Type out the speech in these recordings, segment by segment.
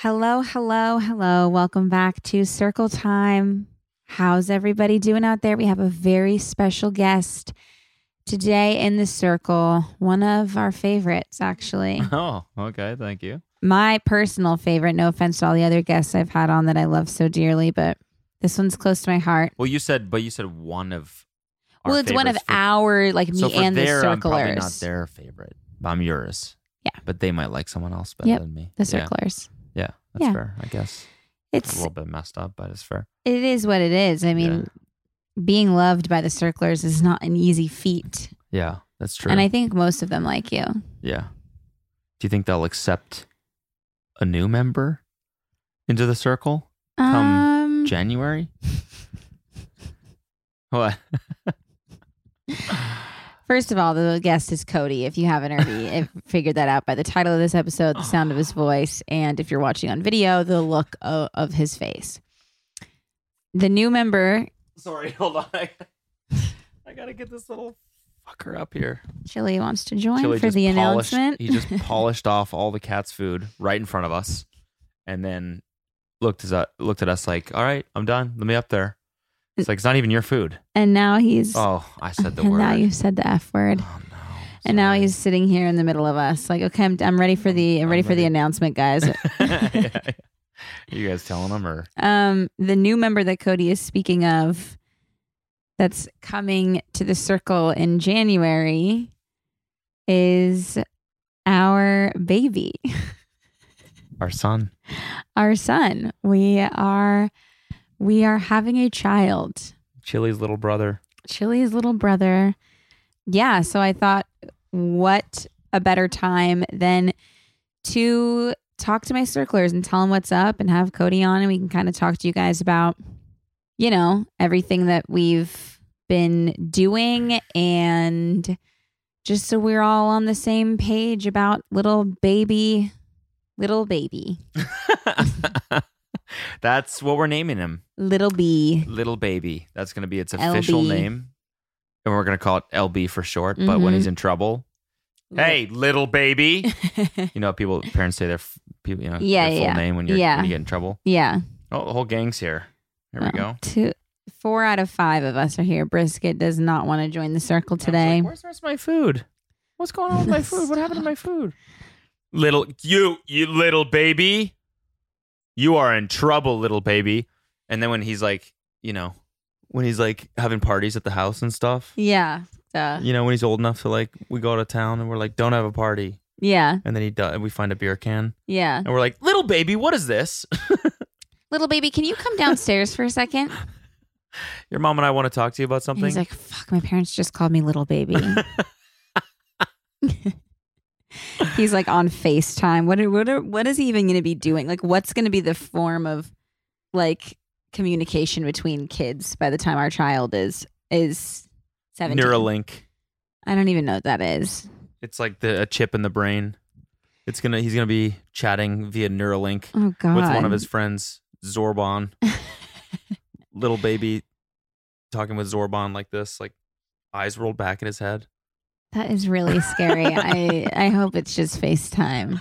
Hello, hello, Oh, hello. Welcome back to Circle Time. How's everybody doing out there? We have a very special guest today in the circle, one of our favorites, actually. Oh, okay. Thank you. My personal favorite. No offense to all the other guests I've had on that I love so dearly, but this one's close to my heart. Well, you said, but you said one of. our Well, it's one of favorites for- our, like me so for and their, the I'm probably circlers. not their favorite. but I'm yours. Yeah. But they might like someone else better Yep, than me. The Yeah. circlers. Yeah. That's Yeah. fair. I guess it's a It's little bit messed up, but it's fair. it is what it is. I mean, being loved by the circlers is not an easy feat. Yeah, that's true. And I think most of them like you. yeah. Do you think they'll accept a new member into the circle Come um, January? what? First of all, the guest is Cody. If you haven't already if- figured that out by the title of this episode, the sound of his voice, and if you're watching on video, the look of, of his face. The new member, Sorry, hold on. I, I gotta get this little fucker up here. Chili, wants to join Chili for just the polished- announcement. He just polished off all the cat's food right in front of us, and then looked at looked at us like, "All right, I'm done. Let me up there." It's like it's not even your food. and now he's. Oh, I said the and word. now you said the F word. Oh, no. And now Sorry. he's sitting here in the middle of us, like, okay, I'm, I'm ready for the, I'm I'm ready for the ready. announcement, guys. Yeah. you guys telling him or Um, the new member that Cody is speaking of that's coming to the circle in January is our baby, our son? our son. We are we are having a child. Chili's little brother. Chili's little brother. Yeah, so I thought what a better time than to talk to my circlers and tell them what's up and have Cody on and we can kind of talk to you guys about you know, everything that we've been doing and just so we're all on the same page about little baby little baby That's what we're naming him. little bee. Little Baby. That's going to be its LB. official name. And we're going to call it LB for short. But when Mhm. he's in trouble, hey, little baby. you know, people, parents say their, f- people, you know, Yeah, their full yeah. name when, you're, Yeah. when you get in trouble. yeah. Oh, the whole gang's here. Here we Well, go. Two, four out of five of us are here. Brisket does not want to join the circle I today. was like, Where's the rest of my food? What's going on with my food? What happened to my food? Little, you, you little baby. You are in trouble, little baby. And then when he's like, you know, when he's like having parties at the house and stuff. yeah. Duh. you know, when he's old enough to like, we go out of town and we're like, don't have a party. Yeah. And then he does, and we find a beer can Yeah. and we're like, little baby, what is this? Little baby, can you come downstairs for a second? Your mom and I want to talk to you about And something. he's like, fuck, my parents just called me little baby. he's like on FaceTime. What are, what are, what is he even going to be doing? Like, what's going to be the form of like communication between kids by the time our child is, is 17? Neuralink. I don't even know what that is. It's like the a chip in the brain. It's gonna he's gonna be chatting via Neuralink Oh God. with one of his friends, Zorbon. little baby talking with Zorbon like this, like eyes rolled back in his head. That is really scary. I I hope it's just FaceTime.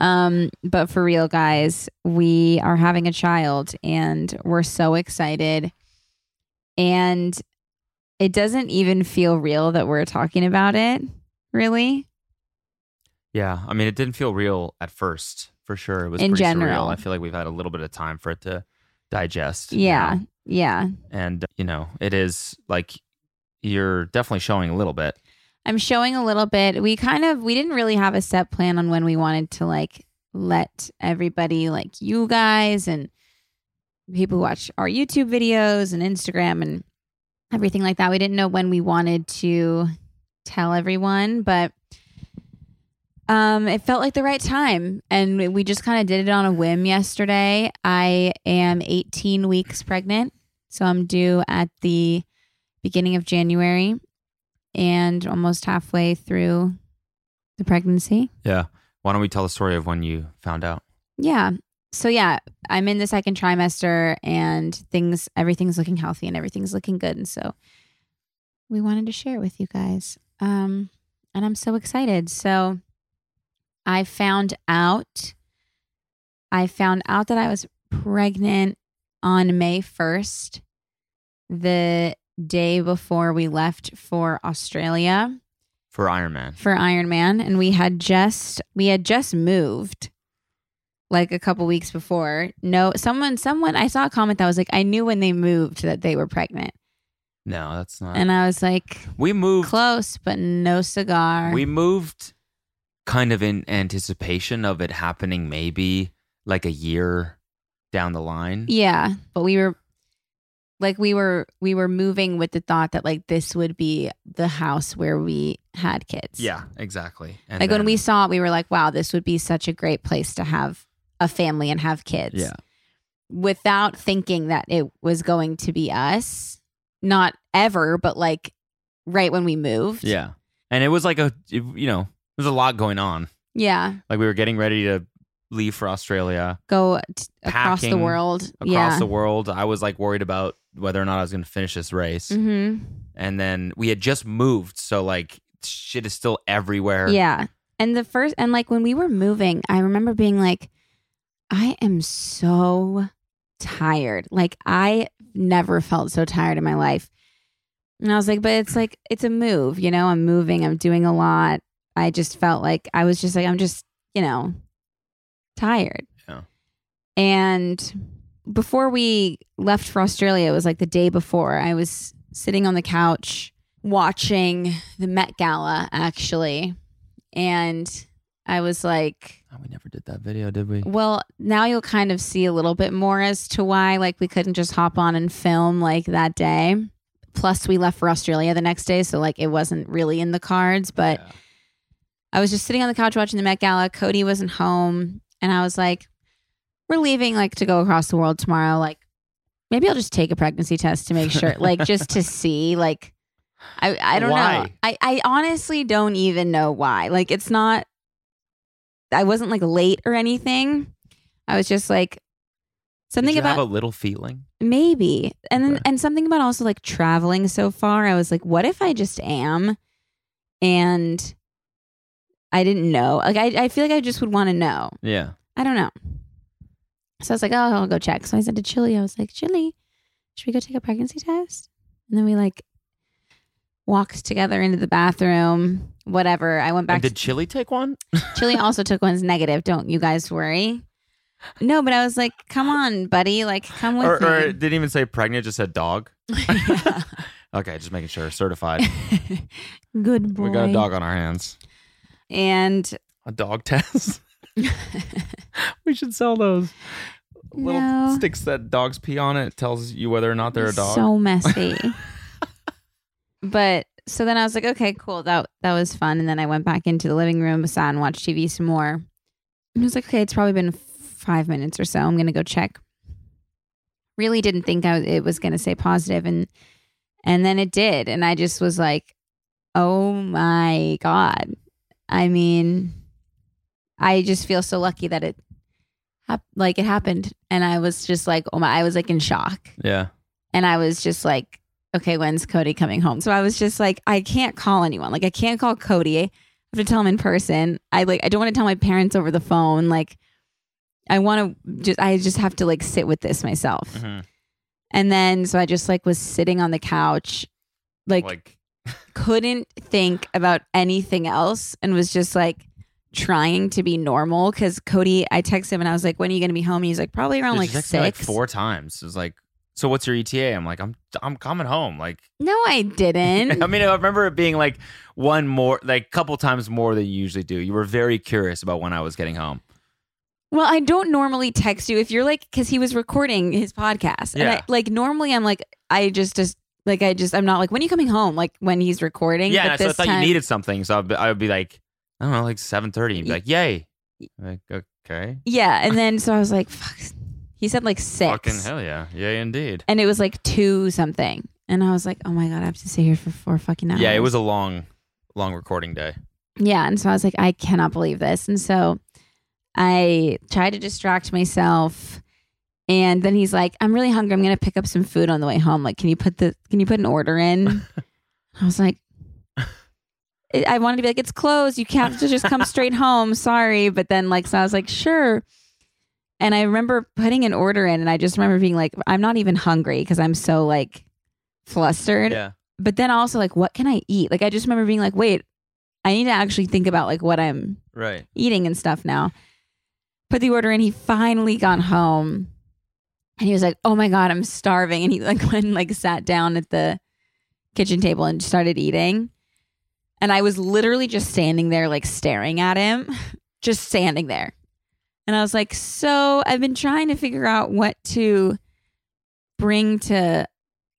Um, but for real, guys, we are having a child and we're so excited. And it doesn't even feel real that we're talking about it, really. Yeah, I mean, it didn't feel real at first, for sure. It was In pretty general. surreal. I feel like we've had a little bit of time for it to digest. Yeah. now. Yeah. and you know, it is like you're definitely showing a little bit. I'm showing a little bit. We kind of we didn't really have a set plan on when we wanted to like let everybody like you guys and people who watch our YouTube videos and Instagram and everything like that. We didn't know when we wanted to tell everyone, but um it felt like the right time and we- we just kind of did it on a whim yesterday. I am 18 weeks pregnant, so I'm due at the beginning of January and almost halfway through the pregnancy. Yeah. Why don't we tell the story of when you found out? Yeah. So yeah, I'm in the second trimester and things everything's looking healthy and everything's looking good and so we wanted to share it with you guys. Um and I'm so excited. So I found out I found out that I was pregnant on May 1st, the day before we left for Australia For Iron Man. for Iron Man and we had just we had just moved like a couple weeks before. No, someone someone I saw a comment that was like I knew when they moved that they were pregnant. No, that's not. And I was like we moved. close but no cigar. We moved kind of in anticipation of it happening maybe like a year down the line. yeah, but we were like we were we were moving with the thought that like this would be the house where we had kids. Yeah, exactly. And like when then- we saw it, we were like, wow, this would be such a great place to have a family and have kids. Yeah. Without thinking that it was going to be us. Not ever, but like right when we moved. Yeah. And it was like a, it- you know, there's a lot going on. Yeah. Like we were getting ready to leave for Australia, Go t- across the Packing world. across yeah. the world. I was like worried about whether or not I was going to finish this race. hmm And then we had just moved. So like shit is still everywhere. Yeah. And the first, and like when we were moving, I remember being like, I am so tired. Like, I never felt so tired in my life. And I was like, but it's like, it's a move, you know? I'm moving, I'm doing a lot. I just felt like, I was just like, I'm just, you know, tired. Yeah. And before we left for Australia, it was like the day before, I was sitting on the couch watching the Met Gala, actually. And I was like, Oh, we never did that video, did we? well, now you'll kind of see a little bit more as to why, like, we couldn't just hop on and film like that day. Plus, we left for Australia the next day. So, like, it wasn't really in the cards, but Yeah. I was just sitting on the couch watching the Met Gala. Cody wasn't home, and I was like, "We're leaving like to go across the world tomorrow. Like, maybe I'll just take a pregnancy test to make sure, like, just to see. Like, I I don't know. Why? I I honestly don't even know why. Like, it's not. I wasn't like late or anything. I was just like Did something you about have a little feeling. maybe and then Okay. and something about also like traveling so far i was like what if i just am and i didn't know like i, I feel like i just would want to know Yeah. i don't know so i was like oh i'll go check so i said to chili i was like chili should we go take a pregnancy test and then we like walked together into the bathroom whatever i went back and to did Chili take one? Chili also took one's negative. Don't you guys worry. No, but I was like, come on, buddy. Like, come with Or, or it me. didn't even say pregnant, just said dog. Yeah. Okay, just making sure. Certified. Good boy. we got a dog on our hands. And A dog test. we should sell those. No. Little sticks that dogs pee on it tells you whether or not they're a dog. so messy. but so then I was like, okay, cool. That that was fun. And then I went back into the living room, sat and watched TV some more. And I was like, okay, it's probably been f- five minutes or so. I'm gonna go check. Really didn't think I was, it was gonna say positive, and and then it did, and I just was like, oh my god. I mean, I just feel so lucky that it. hap- Like it happened, and I was just like, oh my! I was like in shock yeah. and I was just like, okay, when's Cody coming home? So I was just like, I can't call anyone. Like I can't call Cody. I have to tell him in person. I like I don't want to tell my parents over the phone. Like I want to just I just have to like sit with this myself. Mhm. And then so I just like was sitting on the couch like like couldn't think about anything else and was just like trying to be normal because Cody, I texted him and I was like, "When are you going to be home?" And he's like, "Probably around Dude, like she texted me, like, six. four times. It was like, so what's your ETA? I'm like, I'm I'm coming home. Like, No, I didn't. I mean, I remember it being like one more, like couple times more than you usually do. You were very curious about when I was getting home. well, I don't normally text you if you're like because he was recording his podcast. And Yeah. I, like normally, I'm like, I just just like I just I'm not like, when are you coming home? Like when he's recording. yeah, but and I, so I this thought time- you needed something, so I'd be, I would be like, I don't know, like seven thirty. You'd be Y- like, yay. I'm like, okay. Yeah, and then so I was like, "Fuck." He said like six. Fucking hell yeah, yay indeed. And it was like two something. And I was like, oh my God, I have to stay here for four fucking hours. Yeah, it was a long, long recording day. Yeah. And so I was like, I cannot believe this. And so I tried to distract myself. And then he's like, I'm really hungry. I'm gonna pick up some food on the way home. Like, can you put the can you put an order in? I was like I I wanted to be like, it's closed. You can't have to just come straight home. Sorry. But then like so I was like, sure. And I remember putting an order in and I just remember being like, I'm not even hungry because I'm so like flustered Yeah, but then also like what can i eat like i just remember being like wait i need to actually think about like what i'm right. eating and stuff now put the order in he finally got home and he was like oh my god i'm starving and he like went and like sat down at the kitchen table and started eating and i was literally just standing there like staring at him just standing there and i was like so i've been trying to figure out what to bring to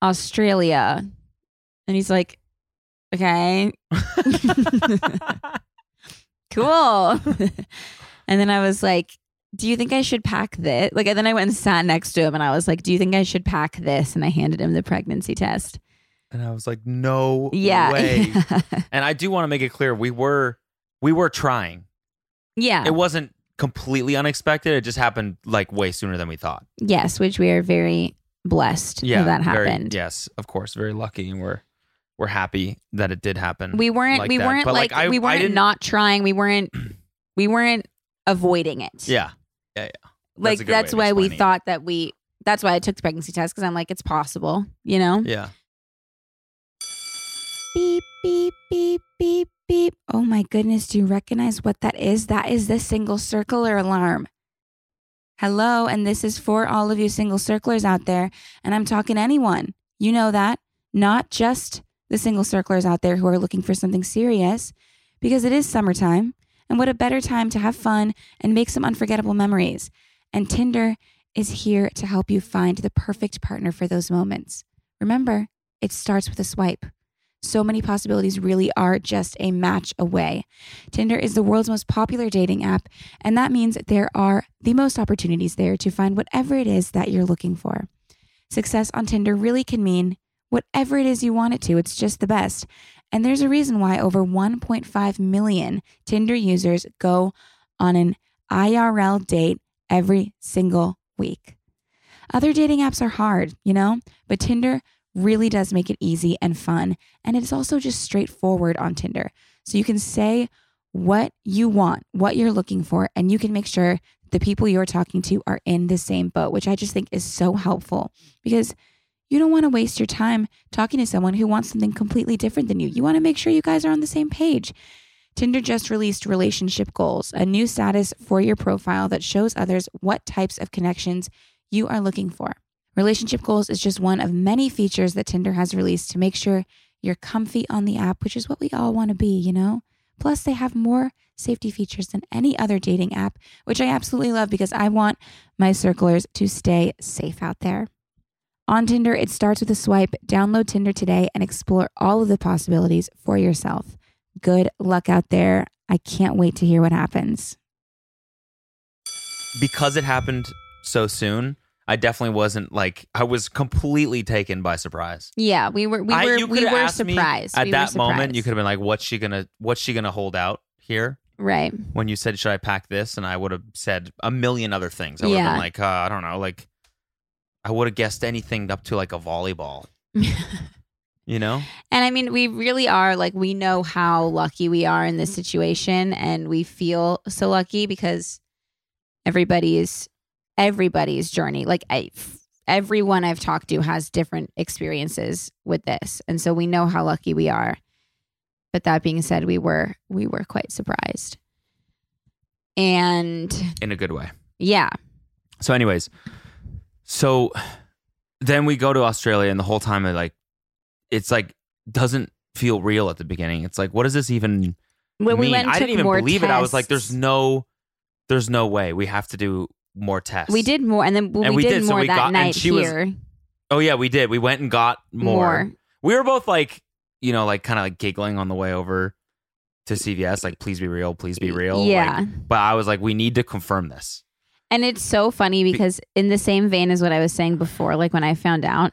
australia and he's like okay cool. and then I was like, do you think I should pack this? Like, and then I went and sat next to him and I was like, do you think I should pack this? And I handed him the pregnancy test. And I was like, no Yeah. way. Yeah. and I do want to make it clear, we were, we were trying. It wasn't completely unexpected. It just happened like way sooner than we thought. Yes, which we are very blessed that that very- happened. yes, of course, very lucky, and we're we're happy that it did happen. We weren't, like we that. weren't But, like, we weren't didn't- not trying. We weren't, we weren't avoiding it. Yeah, Like, a that's, good way why of we explaining it. thought that we, that's why I took the pregnancy test because I'm like, it's possible, you know? yeah. beep beep beep beep beep oh my goodness do you recognize what that is that is the single circler alarm hello and this is for all of you single circlers out there and i'm talking to anyone you know that not just the single circlers out there who are looking for something serious because it is summertime and what a better time to have fun and make some unforgettable memories and tinder is here to help you find the perfect partner for those moments remember it starts with a swipe so many possibilities really are just a match away. Tinder is the world's most popular dating app, and that means there are the most opportunities there to find whatever it is that you're looking for. Success on Tinder really can mean whatever it is you want it to, it's just the best. And there's a reason why over 1.5 million Tinder users go on an IRL date every single week. Other dating apps are hard, you know, but Tinder really does make it easy and fun. And it's also just straightforward on Tinder. So you can say what you want, what you're looking for, and you can make sure the people you're talking to are in the same boat, which I just think is so helpful because you don't want to waste your time talking to someone who wants something completely different than you. You want to make sure you guys are on the same page. Tinder just released relationship goals, a new status for your profile that shows others what types of connections you are looking for. Relationship goals is just one of many features that Tinder has released to make sure you're comfy on the app, which is what we all want to be, you know? Plus, they have more safety features than any other dating app, which I absolutely love because I want my circlers to stay safe out there. On Tinder, it starts with a swipe. Download Tinder today and explore all of the possibilities for yourself. Good luck out there. I can't wait to hear what happens. Because it happened so soon, I definitely wasn't like I was completely taken by surprise. Yeah, we were we I- were you we could've were asked me surprised. at We were that moment. You surprised. could have been like, "What's she gonna? What's she gonna hold out here?" right. When you said, "Should I pack this?" and I would have said a million other things. I would have Yeah. been like, uh, "I don't know." Like, I would have guessed anything up to like a volleyball. You know? And I mean, we really are like, we know how lucky we are in this situation. And we feel so lucky because everybody's, everybody's journey, like I, everyone I've talked to has different experiences with this. And so we know how lucky we are. But that being said, we were, we were quite surprised. And In a good way. yeah, So, anyways, so then we go to Australia, and the whole time, I like, it's like doesn't feel real at the beginning. It's like, what does this even when we mean? went, and I didn't took even more believe it. I was like, tests, there's no, there's no way. We have to do more tests. we did more. And then well, And we, we did did, so more we that got- and night she was here. Oh yeah, we did. We went and got more. We were both like, you know, like kind of like giggling on the way over to CVS, like, please be real, please be real. like- Yeah. but I was like, we need to confirm this. And it's so funny because, in the same vein as what I was saying before, like when I found out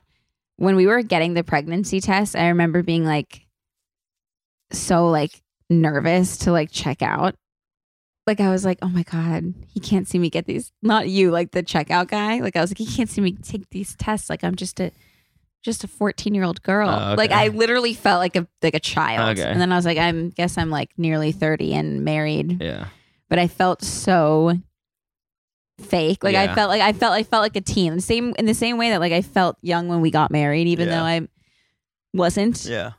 when we were getting the pregnancy test, I remember being like so like nervous to like check out. Like I was like, oh my god, he can't see me get these. Not you, like the checkout guy. Like I was like, he can't see me take these tests. Like I'm just a just a 14 year old girl. Oh, okay. Like I literally felt like a like a child. Okay. And then I was like, I'm guess I'm like nearly 30 and married Yeah. but I felt so fake. Like I Yeah. felt like I felt I felt like a teen. The same in the same way that like I felt young when we got married, even Yeah. though I wasn't. Yeah.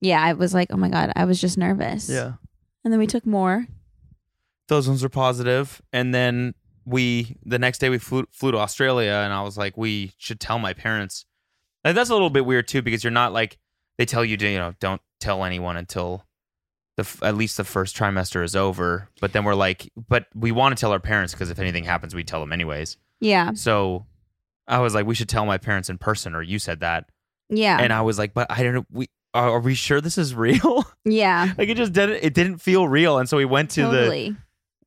Yeah. I was like, oh my god, I was just nervous. And then we took more. Those ones were positive. And then we the next day we flew flew to Australia and I was like, we should tell my parents. And that's a little bit weird too, because you're not like they tell you to, you know, don't tell anyone until the f- at least the first trimester is over. But then we're like, but we want to tell our parents because if anything happens, we tell them anyways. Yeah. So I was like, we should tell my parents in person, or you said that. Yeah. And I was like, but I don't know. We are, are we sure this is real? yeah. like it just didn't. It didn't feel real. And so we went to the Uh-huh. totally.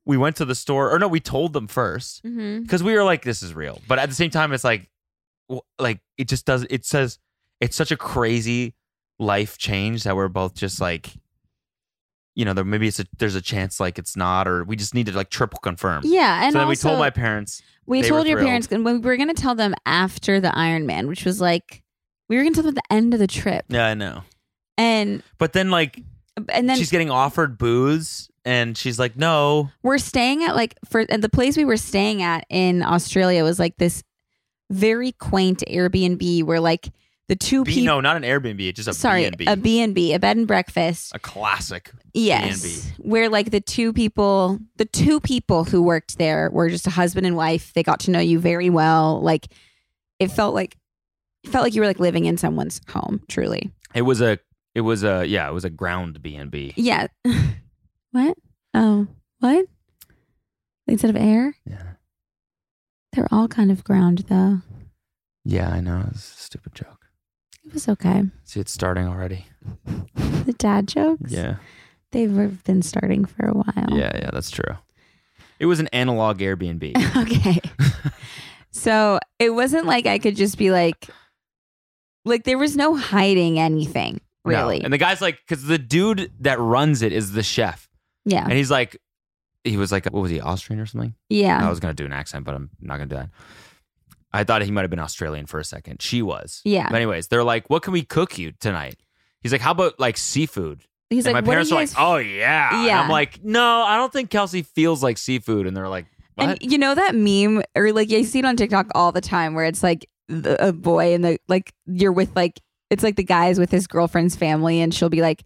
we went to the store, or no, we told them first hmm because we were like, this is real. But at the same time, it's like, w- like it just does. It says it's such a crazy life change that we're both just like. You know, there maybe it's a, there's a chance like it's not, or we just need to like triple confirm. Yeah. And so then also, we told my parents. we they told were your thrilled. parents, and we were going to tell them after the Iron Man, which was like, we were going to tell them at the end of the trip. Yeah, I know. And, But then like and then she's getting offered booze and she's like no we're staying at like for and the place we were staying at in Australia was like this very quaint Airbnb where like the two B, people no not an airbnb just a sorry B&B. a B and B a bed and breakfast A classic yes B&B. where like the two people the two people who worked there were just a husband and wife they got to know you very well like it felt like it felt like you were like living in someone's home truly it was a it was a yeah it was a ground b&b yeah what oh what instead of air yeah they're all kind of ground though yeah i know it's a stupid joke it was okay see it's starting already the dad jokes. They've been starting for a while. yeah that's true it was an analog airbnb okay. so it wasn't like I could just be like, like there was no hiding anything No. really. and the guy's like because the dude that runs it is the chef yeah. and he's like he was like what was he austrian or something yeah. I was gonna do an accent, but I'm not gonna do that. I thought he might have been Australian for a second. She was. Yeah. But anyways, they're like, "What can we cook you tonight?" He's like, "How about like seafood?" he's and like, my what parents are are you like, guys? "Oh yeah." And Yeah. I'm like, "No, I don't think Kelsey feels like seafood." And they're like, "What?" and you know that meme or like I see it on TikTok all the time where it's like the, a boy and the like you're with like it's like the guy's with his girlfriend's family and she'll be like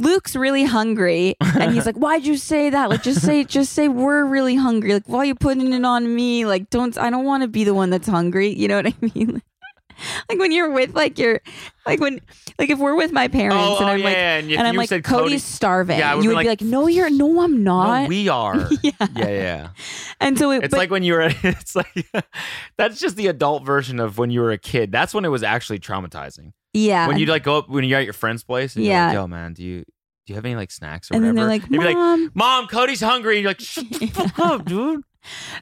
Luke's really hungry and he's like why'd you say that like just say just say we're really hungry like why are you putting it on me like don't I don't want to be the one that's hungry you know what I mean like when you're with like your like when like if we're with my parents oh, and oh, I'm yeah, like yeah. And, if and I'm you like said Cody's Cody, starving Yeah, I you would would've be been like, like, no you're no I'm not no, we are. Yeah. yeah, yeah. and so it, It's but like when you were. It's like that's just the adult version of when you were a kid. That's when it was actually traumatizing. yeah when you like go up when you're at your friend's place and Yeah. you're like, yo man, do you do you have any like snacks or and then whatever? they're like And you'd be like, mom Mom, Cody's hungry. And you're like, Shut the fuck up, dude.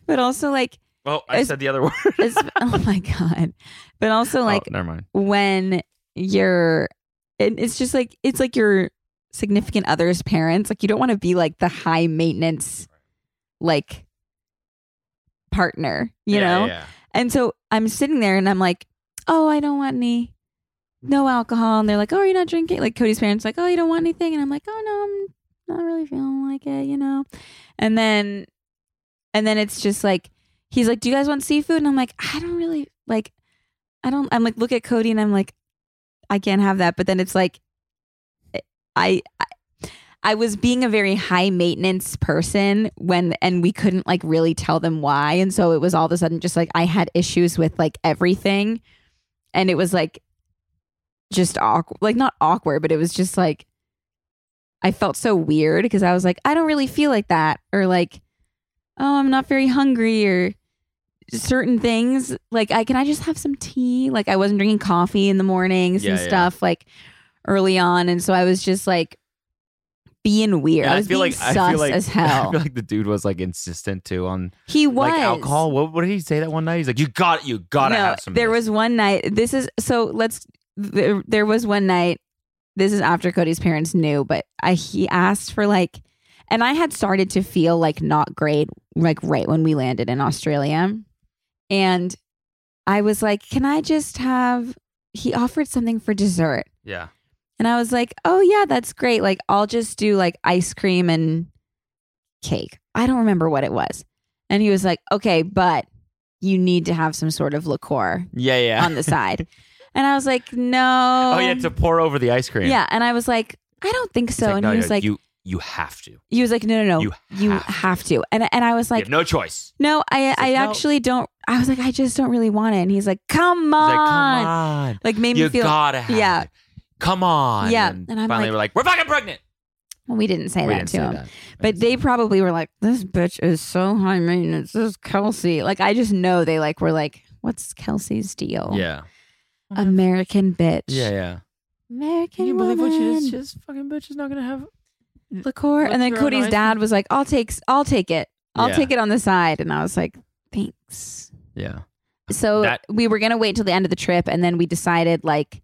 but also like Oh, I It's- said the other word. it's, oh my god but also like oh, never mind. when you're and it's just like it's like your significant other's parents like you don't want to be like the high maintenance like partner you Yeah, know yeah. and so i'm sitting there and i'm like oh i don't want any no alcohol and they're like, Oh, you're not drinking like Cody's parents like, Oh, you don't want anything and I'm like, Oh no, I'm not really feeling like it, you know? And then and then it's just like he's like, Do you guys want seafood? And I'm like, I don't really like I don't I'm like look at Cody and I'm like, I can't have that. But then it's like I I, I was being a very high maintenance person when and we couldn't like really tell them why. And so it was all of a sudden just like I had issues with like everything. And it was like just awkward like not awkward but it was just like i felt so weird because i was like i don't really feel like that or like oh i'm not very hungry or certain things like i can i just have some tea like i wasn't drinking coffee in the mornings and Yeah, yeah. stuff like early on and so i was just like being weird And i was being sus as hell I feel like the dude was like insistent too on he was like alcohol. What, what did he say that one night? He's like, you got you gotta no, have some. of There this." was one night. This is so. Let's. There, there was one night. This is after Cody's parents knew, but I, he asked for like, and I had started to feel like not great, like right when we landed in Australia, and I was like, "Can I just have?" He offered something for dessert, yeah. and I was like, oh, yeah, that's great. Like, I'll just do like ice cream and cake. I don't remember what it was. And he was like, okay, but you need to have some sort of liqueur Yeah, yeah. on the side. and I was like, no. oh, yeah, to pour over the ice cream. Yeah. And I was like, I don't think He's so. and no, he was no, like, you you have to. he was like, no, no, no. you You have have, to." to. And, and I was you like, have no choice. no, I, like, I "No." actually don't. I was like, I just don't really want it. And he's like, come He's on. like, come on, Like, made me you feel. gotta have yeah. it. Come on. Yeah, And, and I'm finally, like- we're like, we're fucking pregnant. Well, we didn't say we that didn't to say him. that. But they probably were like, "This bitch is so high maintenance." This is Kelsey. Like, I just know they like were like, "What's Kelsey's deal?" yeah, American bitch. yeah, yeah. American woman. This fucking bitch is not gonna have. liqueur. And then Liqueur and Cody's ice dad was like, "I'll take, I'll take it. I'll Yeah. take it on the side." And I was like, "Thanks." Yeah. So That- we were gonna wait till the end of the trip, and then we decided like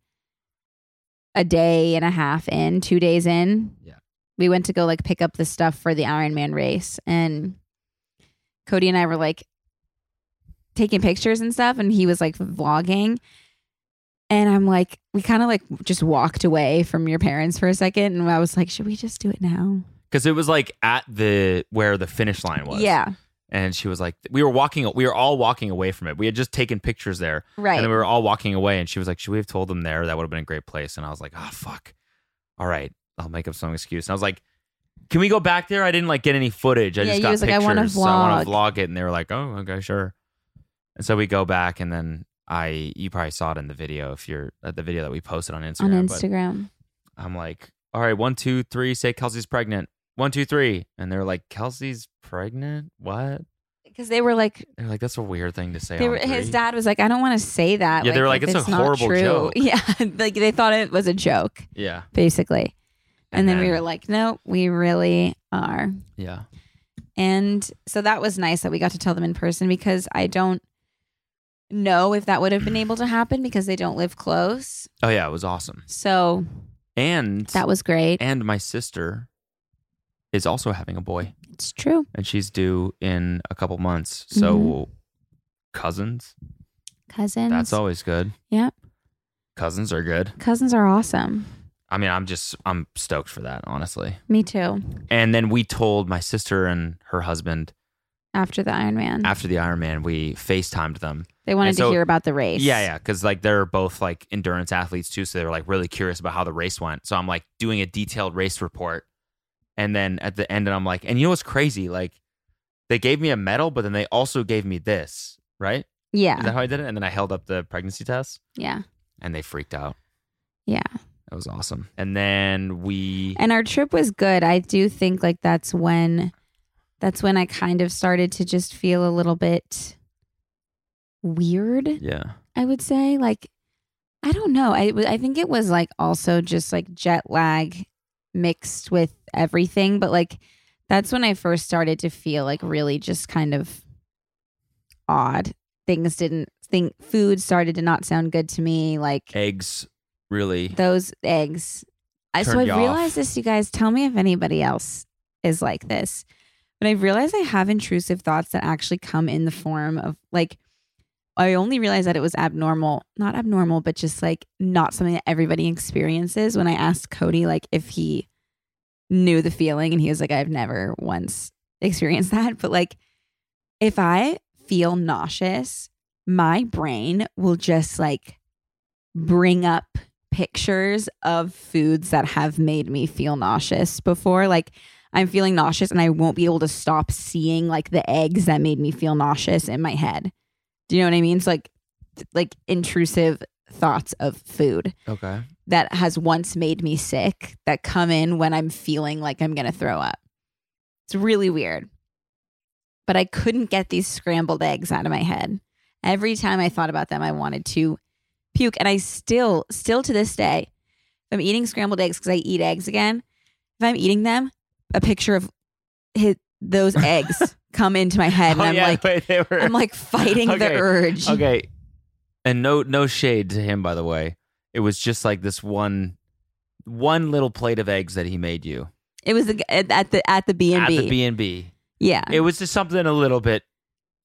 a day and a half in, two days in. Yeah. We went to go like pick up the stuff for the Ironman race, and Cody and I were like taking pictures and stuff, and he was like vlogging. And I'm like, we kind of like just walked away from your parents for a second, and I was like, should we just do it now? Because it was like at the where the finish line was. Yeah, And she was like, we were walking, we were all walking away from it. We had just taken pictures there. right. And then we were all walking away, and she was like, "Should we have told them there? That would have been a great place." And I was like, "Oh fuck! All right, I'll make up some excuse." And I was like, "Can we go back there? I didn't like get any footage. I Yeah, just you got was like, pictures. "I wanna so I want to vlog." vlog it." And they were like, "Oh, okay, sure." And so we go back, and then I, you probably saw it in the video if you're at the video that we posted on Instagram. on but Instagram. I'm like, "All right, one, two, three, say Kelsey's pregnant. One, two, three. And they're like, "Kelsey's pregnant? What?" Because they were like, They're like, "That's a weird thing to say." They on were, his three." dad was like, I don't want to say that. Yeah, they were like, if "It's a not horrible true." joke. Yeah, like they thought it was a joke, Yeah. basically. And, then, we then- were like, no, we really are. Yeah. And so that was nice that we got to tell them in person because I don't know if that would have been able to happen because they don't live close. Oh yeah, it was awesome. So And that was great. and my sister is also having a boy It's true. and she's due in a couple months so cousins Cousins. that's always good Yep. cousins are good Cousins are awesome. i mean i'm just i'm stoked for that honestly Me too. and then we told my sister and her husband After the Iron Man, after the iron man we facetimed them they wanted and so- to hear about the race. Yeah, yeah, because like they're both like endurance athletes too, so they were like really curious about how the race went. So I'm like doing a detailed race report, and then at the end, and I'm like, and you know what's crazy? Like they gave me a medal, but then they also gave me this, right? Is Yeah. that how I did it? And then I held up the pregnancy test, Yeah. and they freaked out. Yeah. That was awesome. And then we, and our trip was good i do think like that's when that's when i kind of started to just feel a little bit weird yeah, i would say like i don't know i, I think it was like also just like jet lag mixed with everything but like that's when i first started to feel like really just kind of odd things didn't think food started to not sound good to me like eggs really. those eggs. I, so Turned I you off. realized this, you guys. Tell me if anybody else is like this. But I've realized I have intrusive thoughts that actually come in the form of like I only realized that it was abnormal, not abnormal, but just like not something that everybody experiences when I asked Cody like if he knew the feeling and he was like I've never once experienced that, but like if I feel nauseous, my brain will just like bring up pictures of foods that have made me feel nauseous before like I'm feeling nauseous and I won't be able to stop seeing like the eggs that made me feel nauseous in my head. Do you know what I mean? It's like like intrusive thoughts of food Okay. that has once made me sick that come in when I'm feeling like I'm going to throw up. It's really weird. But I couldn't get these scrambled eggs out of my head. Every time I thought about them, I wanted to puke. And I still, still to this day, if I'm eating scrambled eggs because I eat eggs again, if I'm eating them, a picture of his, those eggs come into my head. And oh, I'm yeah, like, wait, they were- I'm like fighting the Okay. urge. Okay. And no no shade to him by the way. It was just like this one one little plate of eggs that he made you It was the, g- at at the at the B and at the B. Uh, B&B. Yeah. It was just something a little bit,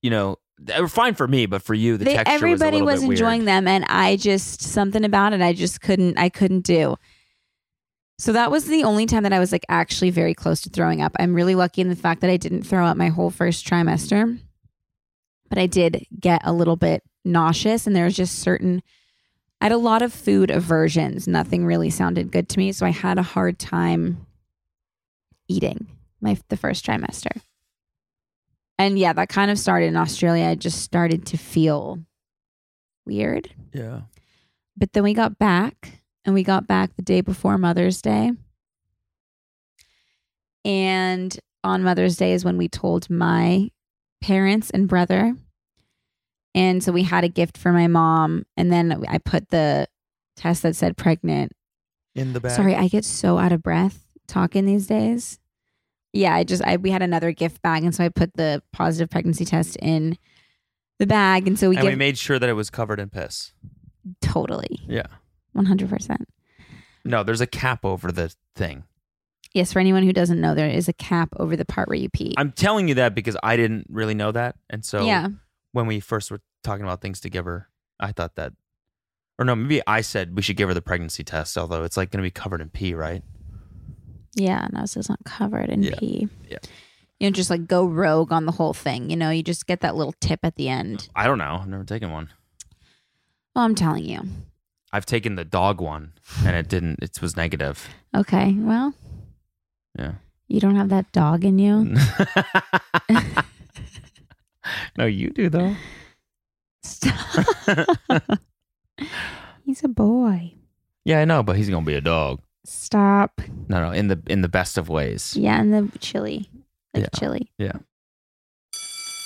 you know, they were fine for me, but for you the They- texture everybody was, a was, little bit enjoying weird. them and i just something about it i just couldn't i couldn't do so that was the only time that i was like actually very close to throwing up i'm really lucky in the fact that i didn't throw up my whole first trimester but i did get a little bit nauseous and there was just certain i had a lot of food aversions nothing really sounded good to me so i had a hard time eating my the first trimester and yeah that kind of started in australia i just started to feel weird. Yeah. But then we got back, and we got back the day before Mother's Day. And on Mother's Day is when we told my parents and brother. And so we had a gift for my mom. And then I put the test that said pregnant In the back. Sorry, I get so out of breath talking these days. Yeah, I just I we had another gift bag, and so I put the positive pregnancy test in the bag, and so we and give we made sure that it was covered in piss. totally Yeah. one hundred percent. No, there's a cap over the thing. Yes, for anyone who doesn't know, there is a cap over the part where you pee. I'm telling you that because I didn't really know that. And so yeah, when we first were talking about things to give her, I thought that, or no, maybe I said we should give her the pregnancy test, although it's like going to be covered in pee, right? yeah. No, so it's not covered in Yeah, pee. yeah. You don't just like go rogue on the whole thing. You know, you just get that little tip at the end. I don't know. I've never taken one. Well, I'm telling you. I've taken the dog one, and it didn't. It was negative. Okay, well, Yeah. you don't have that dog in you. no, you do though. Stop. He's a boy. Yeah, I know, but he's gonna be a dog. Stop. No, no, in the in the best of ways. Yeah, and the chili, like Yeah. chili. Yeah.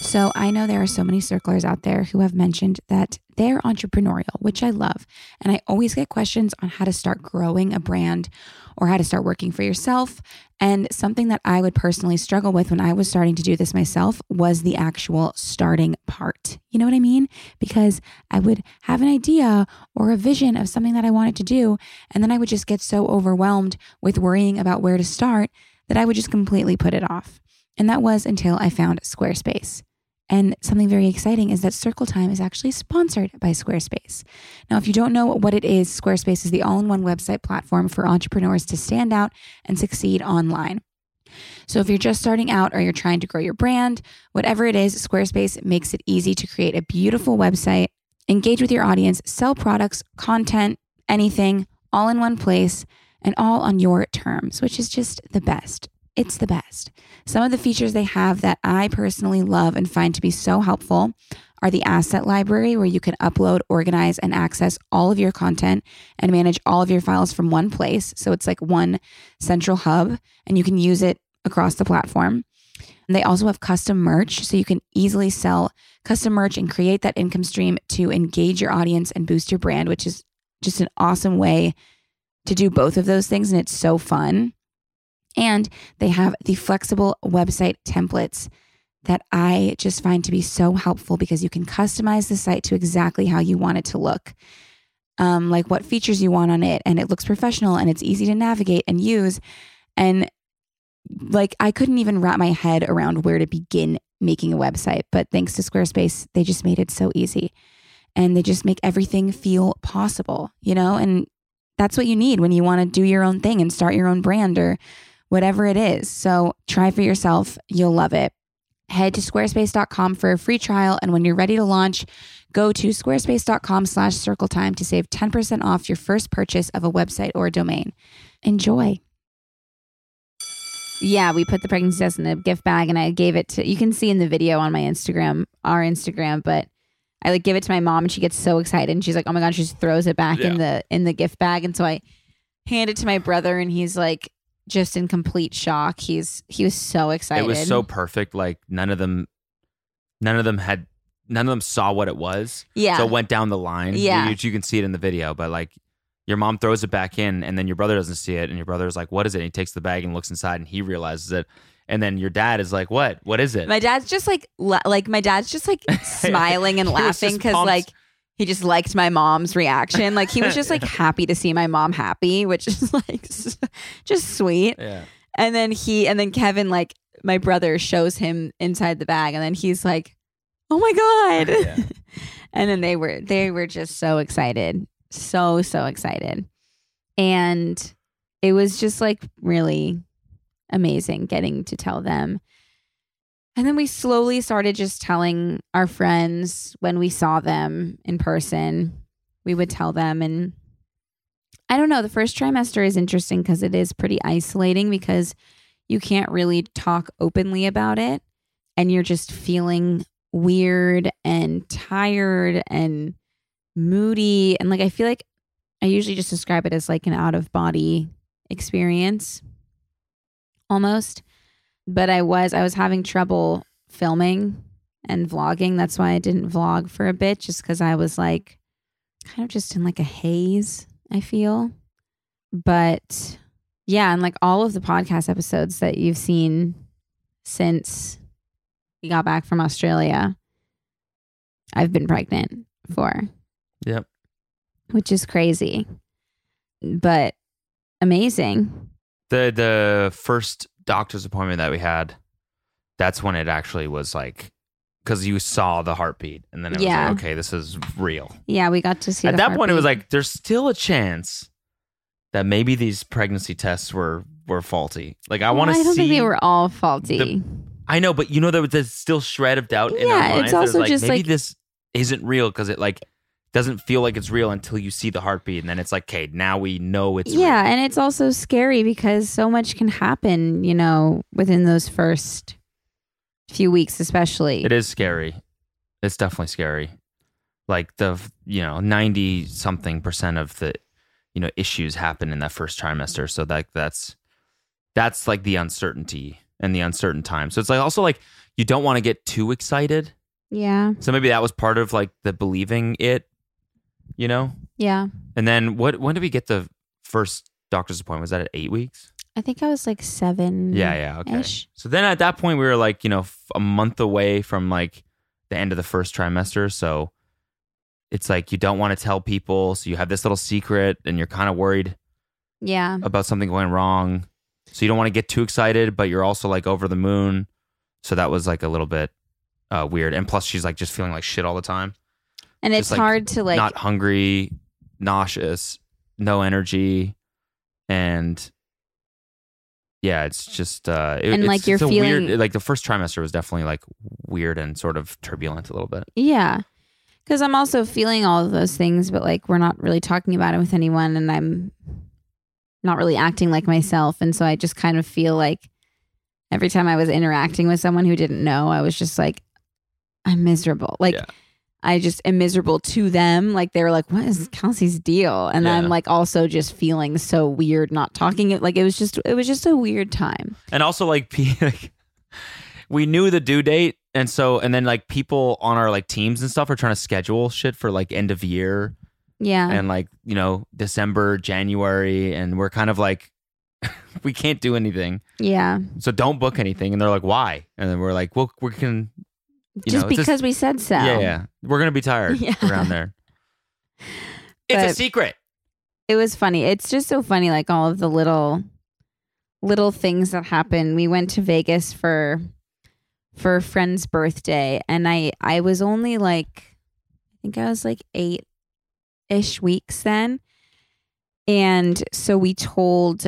So I know there are so many circlers out there who have mentioned that they're entrepreneurial, which I love. And I always get questions on how to start growing a brand or how to start working for yourself. And something that I would personally struggle with when I was starting to do this myself was the actual starting part. You know what I mean? Because I would have an idea or a vision of something that I wanted to do. And then I would just get so overwhelmed with worrying about where to start that I would just completely put it off. And that was until I found Squarespace. And something very exciting is that Circle Time is actually sponsored by Squarespace. Now, if you don't know what it is, Squarespace is the all in one website platform for entrepreneurs to stand out and succeed online. So, if you're just starting out or you're trying to grow your brand, whatever it is, Squarespace makes it easy to create a beautiful website, engage with your audience, sell products, content, anything, all in one place and all on your terms, which is just the best. It's the best. Some of the features they have that I personally love and find to be so helpful are the asset library, where you can upload, organize, and access all of your content and manage all of your files from one place. So it's like one central hub, and you can use it across the platform. And they also have custom merch, so you can easily sell custom merch and create that income stream to engage your audience and boost your brand, which is just an awesome way to do both of those things and it's so fun. And they have the flexible website templates that I just find to be so helpful because you can customize the site to exactly how you want it to look. Um, like what features you want on it and it looks professional and it's easy to navigate and use and like I couldn't even wrap my head around where to begin making a website, but thanks to Squarespace, they just made it so easy. And they just make everything feel possible, you know? And that's what you need when you want to do your own thing and start your own brand or whatever it is. So try for yourself. You'll love it. Head to squarespace.com for a free trial. And when you're ready to launch, go to squarespace.com slash circle time to save 10% off your first purchase of a website or domain. Enjoy. Yeah, we put the pregnancy test in a gift bag and I gave it to you can see in the video on my Instagram, our Instagram, but I like give it to my mom and she gets so excited and she's like, Oh my god, she just throws it back in the in the gift bag. And so I hand it to my brother and he's like just in complete shock. He's he was so excited. It was so perfect. Like none of them, none of them had, none of them saw what it was. Yeah. So it went down the line. Yeah. You, you can see it in the video, but like your mom throws it back in and then your brother doesn't see it. And your brother's like, what is it? And he takes the bag and looks inside and he realizes it. And then your dad is like, what? What is it? My dad's just like la- like my dad's just like smiling and He was laughing just because pumped. like he just liked my mom's reaction. Like he was just like happy to see my mom happy, which is like s- just sweet. yeah. And then he and then Kevin like my brother shows him inside the bag, and then he's like, "Oh my god!" Yeah. and then they were they were just so excited, so so excited, and it was just like really amazing getting to tell them. And then we slowly started just telling our friends when we saw them in person. We would tell them and I don't know, the first trimester is interesting cuz it is pretty isolating because you can't really talk openly about it and you're just feeling weird and tired and moody and like I feel like I usually just describe it as like an out of body experience almost but I was I was having trouble filming and vlogging that's why I didn't vlog for a bit just cuz I was like kind of just in like a haze I feel but yeah and like all of the podcast episodes that you've seen since we got back from Australia I've been pregnant for Yep. which is crazy but amazing The, the first doctor's appointment that we had, that's when it actually was like, because you saw the heartbeat and then it was Yeah. like, okay, this is real. yeah we got to see At the that point, it was heartbeat. like there's still a chance that maybe these pregnancy tests were were faulty. Like I Well, want to I don't see. think they were all faulty. I know, but you know there was this still shred of doubt in our Yeah, it's minds. There's also like just maybe like- this isn't real because it like doesn't feel like it's real until you see the heartbeat, and then it's like, okay, now we know it's yeah, real. and it's also scary because so much can happen, you know, within those first few weeks, especially. It is scary. It's definitely scary. Like the you know ninety something percent of the you know issues happen in that first trimester. So that that's that's like the uncertainty and the uncertain time. So it's like also like you don't want to get too excited. Yeah, So maybe that was part of like the believing it, you know. yeah. And then what? When did we get the first doctor's appointment? Was that at eight weeks? I think I was like seven. Yeah, yeah, okay. Mm-hmm. ish. So then at that point, we were like, you know, f- a month away from like the end of the first trimester. So it's like you don't want to tell people. So you have this little secret and you're kind of worried Yeah, about something going wrong. So you don't want to get too excited, but you're also like over the moon. So that was like a little bit uh, weird. And plus, she's like just feeling like shit all the time. and Just, it's like, hard to like. not hungry, nauseous, no energy, and yeah, it's just uh, it- And, it's, like, you're it's a weird, feeling- like the first trimester was definitely like weird and sort of turbulent a little bit. yeah, because I'm also feeling all of those things, but like we're not really talking about it with anyone, and I'm not really acting like myself, and so I just kind of feel like every time I was interacting with someone who didn't know, I was just like, I'm miserable. Like Yeah. I just am miserable to them. Like they were like, What is Kelsey's deal? And Mm-hmm. Yeah. I'm like also just feeling so weird not talking it like it was just it was just a weird time. And also like, pe- like we knew the due date, and so and then like people on our like teams and stuff are trying to schedule shit for like end of year Yeah. and like you know December, January, and we're kind of like we can't do anything. yeah. so don't book anything. And they're like, why? And then we're like, well, we can, you just know, it's because just- we said so. yeah, yeah, we're gonna be tired Yeah. around there. It's a But- secret. it was funny. It's just so funny, like all of the little little things that happen. We went to Vegas for for a friend's birthday and I I was only like I think I was like 8 ish weeks then. And so we told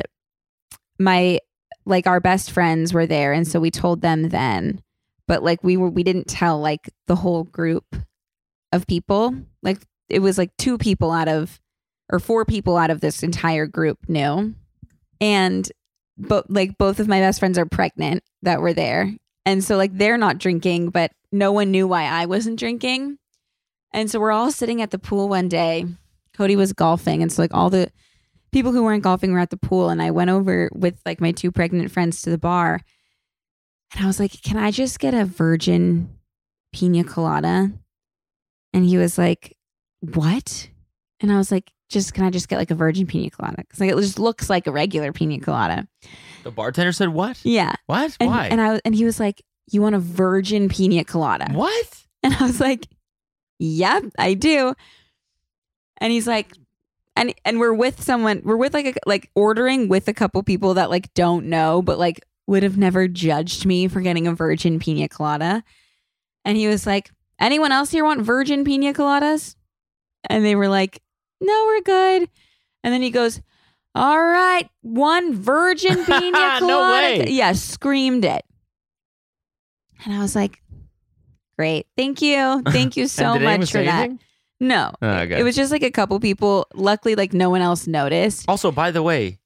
my like our best friends were there and so we told them then. But like we were we didn't tell like the whole group of people. Like it was like two people out of or four people out of this entire group knew. And but like both of my best friends are pregnant that were there. And so like they're not drinking, but no one knew why I wasn't drinking. And so we're all sitting at the pool one day. Cody was golfing and so like all the people who weren't golfing were at the pool and I went over with like my two pregnant friends to the bar. And I was like, "Can I just get a virgin piña colada?" And he was like, "What?" And I was like, "Just can I just get like a virgin pina colada? Because like it just looks like a regular pina colada." The bartender said what? Yeah. What? And, Why? And uh, I and he was like, "You want a virgin pina colada?" what? And I was like, "Yep, I do." And he's like, and and we're with someone, we're with like a, like ordering with a couple people that like don't know, but like would have never judged me for getting a virgin pina colada. And he was like, "Anyone else here want virgin pina coladas?" And they were like, "No, we're good." And then he goes, "All right, one virgin pina colada." No way. Yeah, screamed it. And I was like, "Great, thank you, thank you so And did anyone much for say that." anything? No, Oh, okay. it was just like a couple people. Luckily, like no one else noticed. Also, by the way,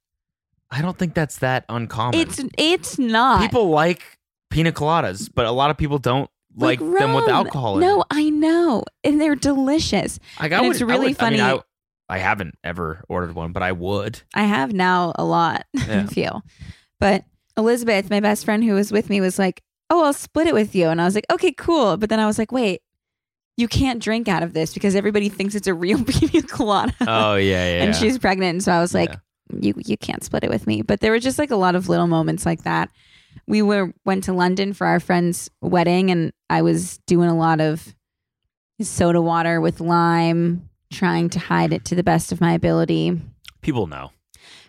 I don't think that's that uncommon. It's it's not people like pina coladas, but a lot of people don't like, them with rum. alcohol. In No, it. I know, and they're delicious. Like, and it's really funny. I, mean, I, I haven't ever ordered one, but I would. I have now a lot. I Yeah. feel, but Elizabeth, my best friend who was with me, was like, "Oh, I'll split it with you," and I was like, "Okay, cool." But then I was like, "Wait, you can't drink out of this because everybody thinks it's a real pina colada." Oh yeah, yeah. and she's pregnant. And so I was like, Yeah. you you can't split it with me. But there were just like a lot of little moments like that. We were went to London for our friend's wedding, and I was doing a lot of soda water with lime, trying to hide it to the best of my ability. people know.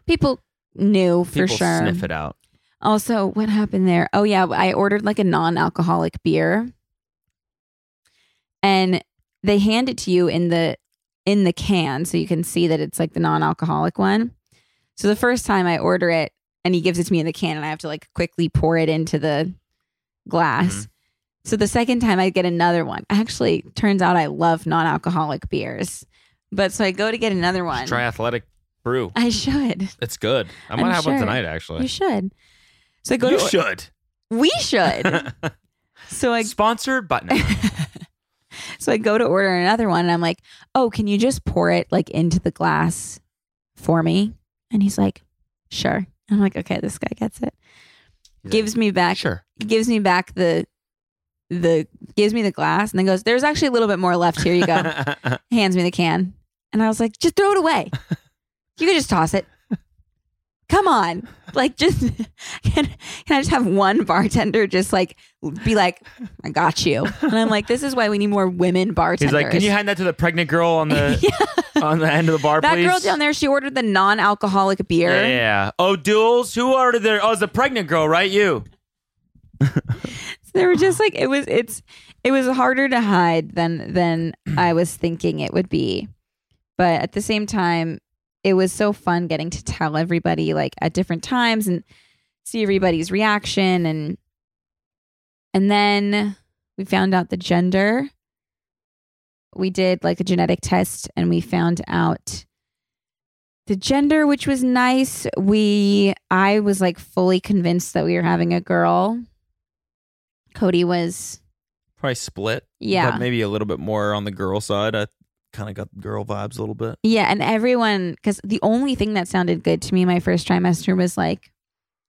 People knew for People sure. sniff it out. Also, what happened there? Oh yeah, I ordered like a non-alcoholic beer. And they hand it to you in the in the can so you can see that it's like the non-alcoholic one. So the first time I order it and he gives it to me in the can and I have to like quickly pour it into the glass. Mm-hmm. So the second time I get another one. Actually, turns out I love non-alcoholic beers. But so I go to get another one. Try athletic brew. I should. It's good. I might I'm have sure. one tonight. You Actually, should. So I go to should. we should. So I Sponsored, but no. So I go to order another one and I'm like, oh, can you just pour it like into the glass for me? And he's like, sure. I'm like, okay, this guy gets it. Gives me back sure. he gives me back the the gives me the glass and then goes, There's actually a little bit more left. Here you go. Hands me the can. And I was like, just throw it away. You can just toss it. Come on. Like just can, can I just have one bartender just like be like, I got you. And I'm like, this is why we need more women bartenders. He's like, can you hand that to the pregnant girl on the on the end of the bar, That please? girl down there, she ordered the non-alcoholic beer. Yeah, yeah, yeah. Oh, duels. Who ordered there? Oh, it's the pregnant girl, right? You. They were just like it was. It's it was harder to hide than than I was thinking it would be, but at the same time, it was so fun getting to tell everybody like at different times and see everybody's reaction and and then we found out the gender. We did like a genetic test and we found out the gender, which was nice. We I was like fully convinced that we were having a girl. Cody was Probably split. Yeah. But maybe a little bit more on the girl side. I kind of got girl vibes a little bit. yeah, and everyone because the only thing that sounded good to me my first trimester was like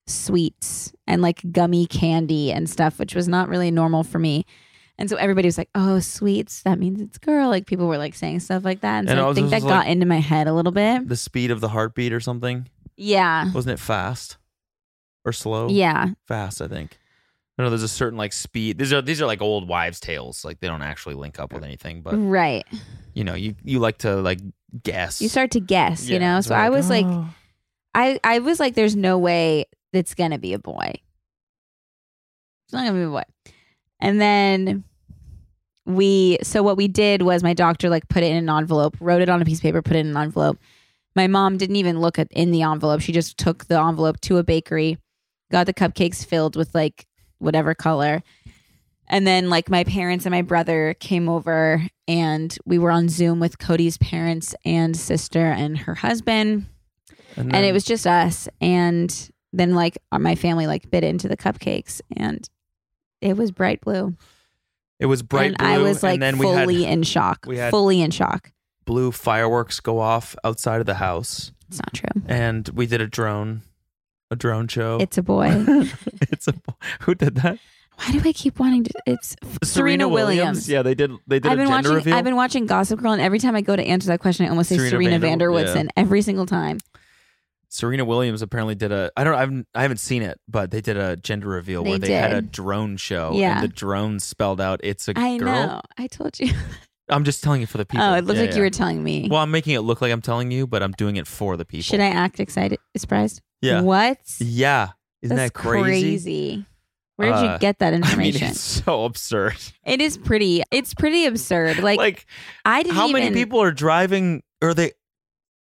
sweets and like gummy candy and stuff, which was not really normal for me. And so everybody was like, "Oh, sweets, that means it's girl." Like people were like saying stuff like that, and so And I I was think that just got like- into my head a little bit. The speed of the heartbeat or something. Yeah, Wasn't it fast or slow? yeah, Fast, I think. I don't know there's a certain like speed. These are these are like old wives' tales. Like they don't actually link up with anything, but right. you know, you you like to like guess. You start to guess, you Yeah, know. it's "Oh," So I was like, I I was like, there's no way that's gonna be a boy. It's not gonna be a boy. And then we, so what we did was my doctor like put it in an envelope, wrote it on a piece of paper, put it in an envelope. My mom didn't even look at in the envelope. She just took the envelope to a bakery, got the cupcakes filled with like whatever color. And then like my parents and my brother came over and we were on Zoom with Cody's parents and sister and her husband and Mm. it was just us and then like uh, my family like bit into the cupcakes and it was bright blue it was bright and blue. i was like and then fully we had in shock we had- fully in shock blue fireworks go off outside of the house, it's not true and we did a drone, a drone show. it's a boy it's a who did that? why do i keep wanting to it's serena, williams, Yeah, they did. They did I've a been gender watching. reveal. I've been watching Gossip Girl, and every time I go to answer that question, I almost say Serena Serena, Vander- Vanderwoodson every single time. Serena Williams apparently did a. I don't. I've, I haven't seen it, but they did a gender reveal where They they had a did. drone show, Yeah. and the drone spelled out "It's a I girl." know. I told you. I'm just telling you for the people. oh, it looked Yeah, like you were yeah. telling me. well, I'm making it look like I'm telling you, but I'm doing it for the people. Should I act excited, surprised? Yeah. What? Yeah. Isn't That's that crazy? Where did Uh, you get that I mean, information? it's so absurd. It is pretty. It's pretty absurd. Like, Like, I didn't how even. many people are driving? Are they?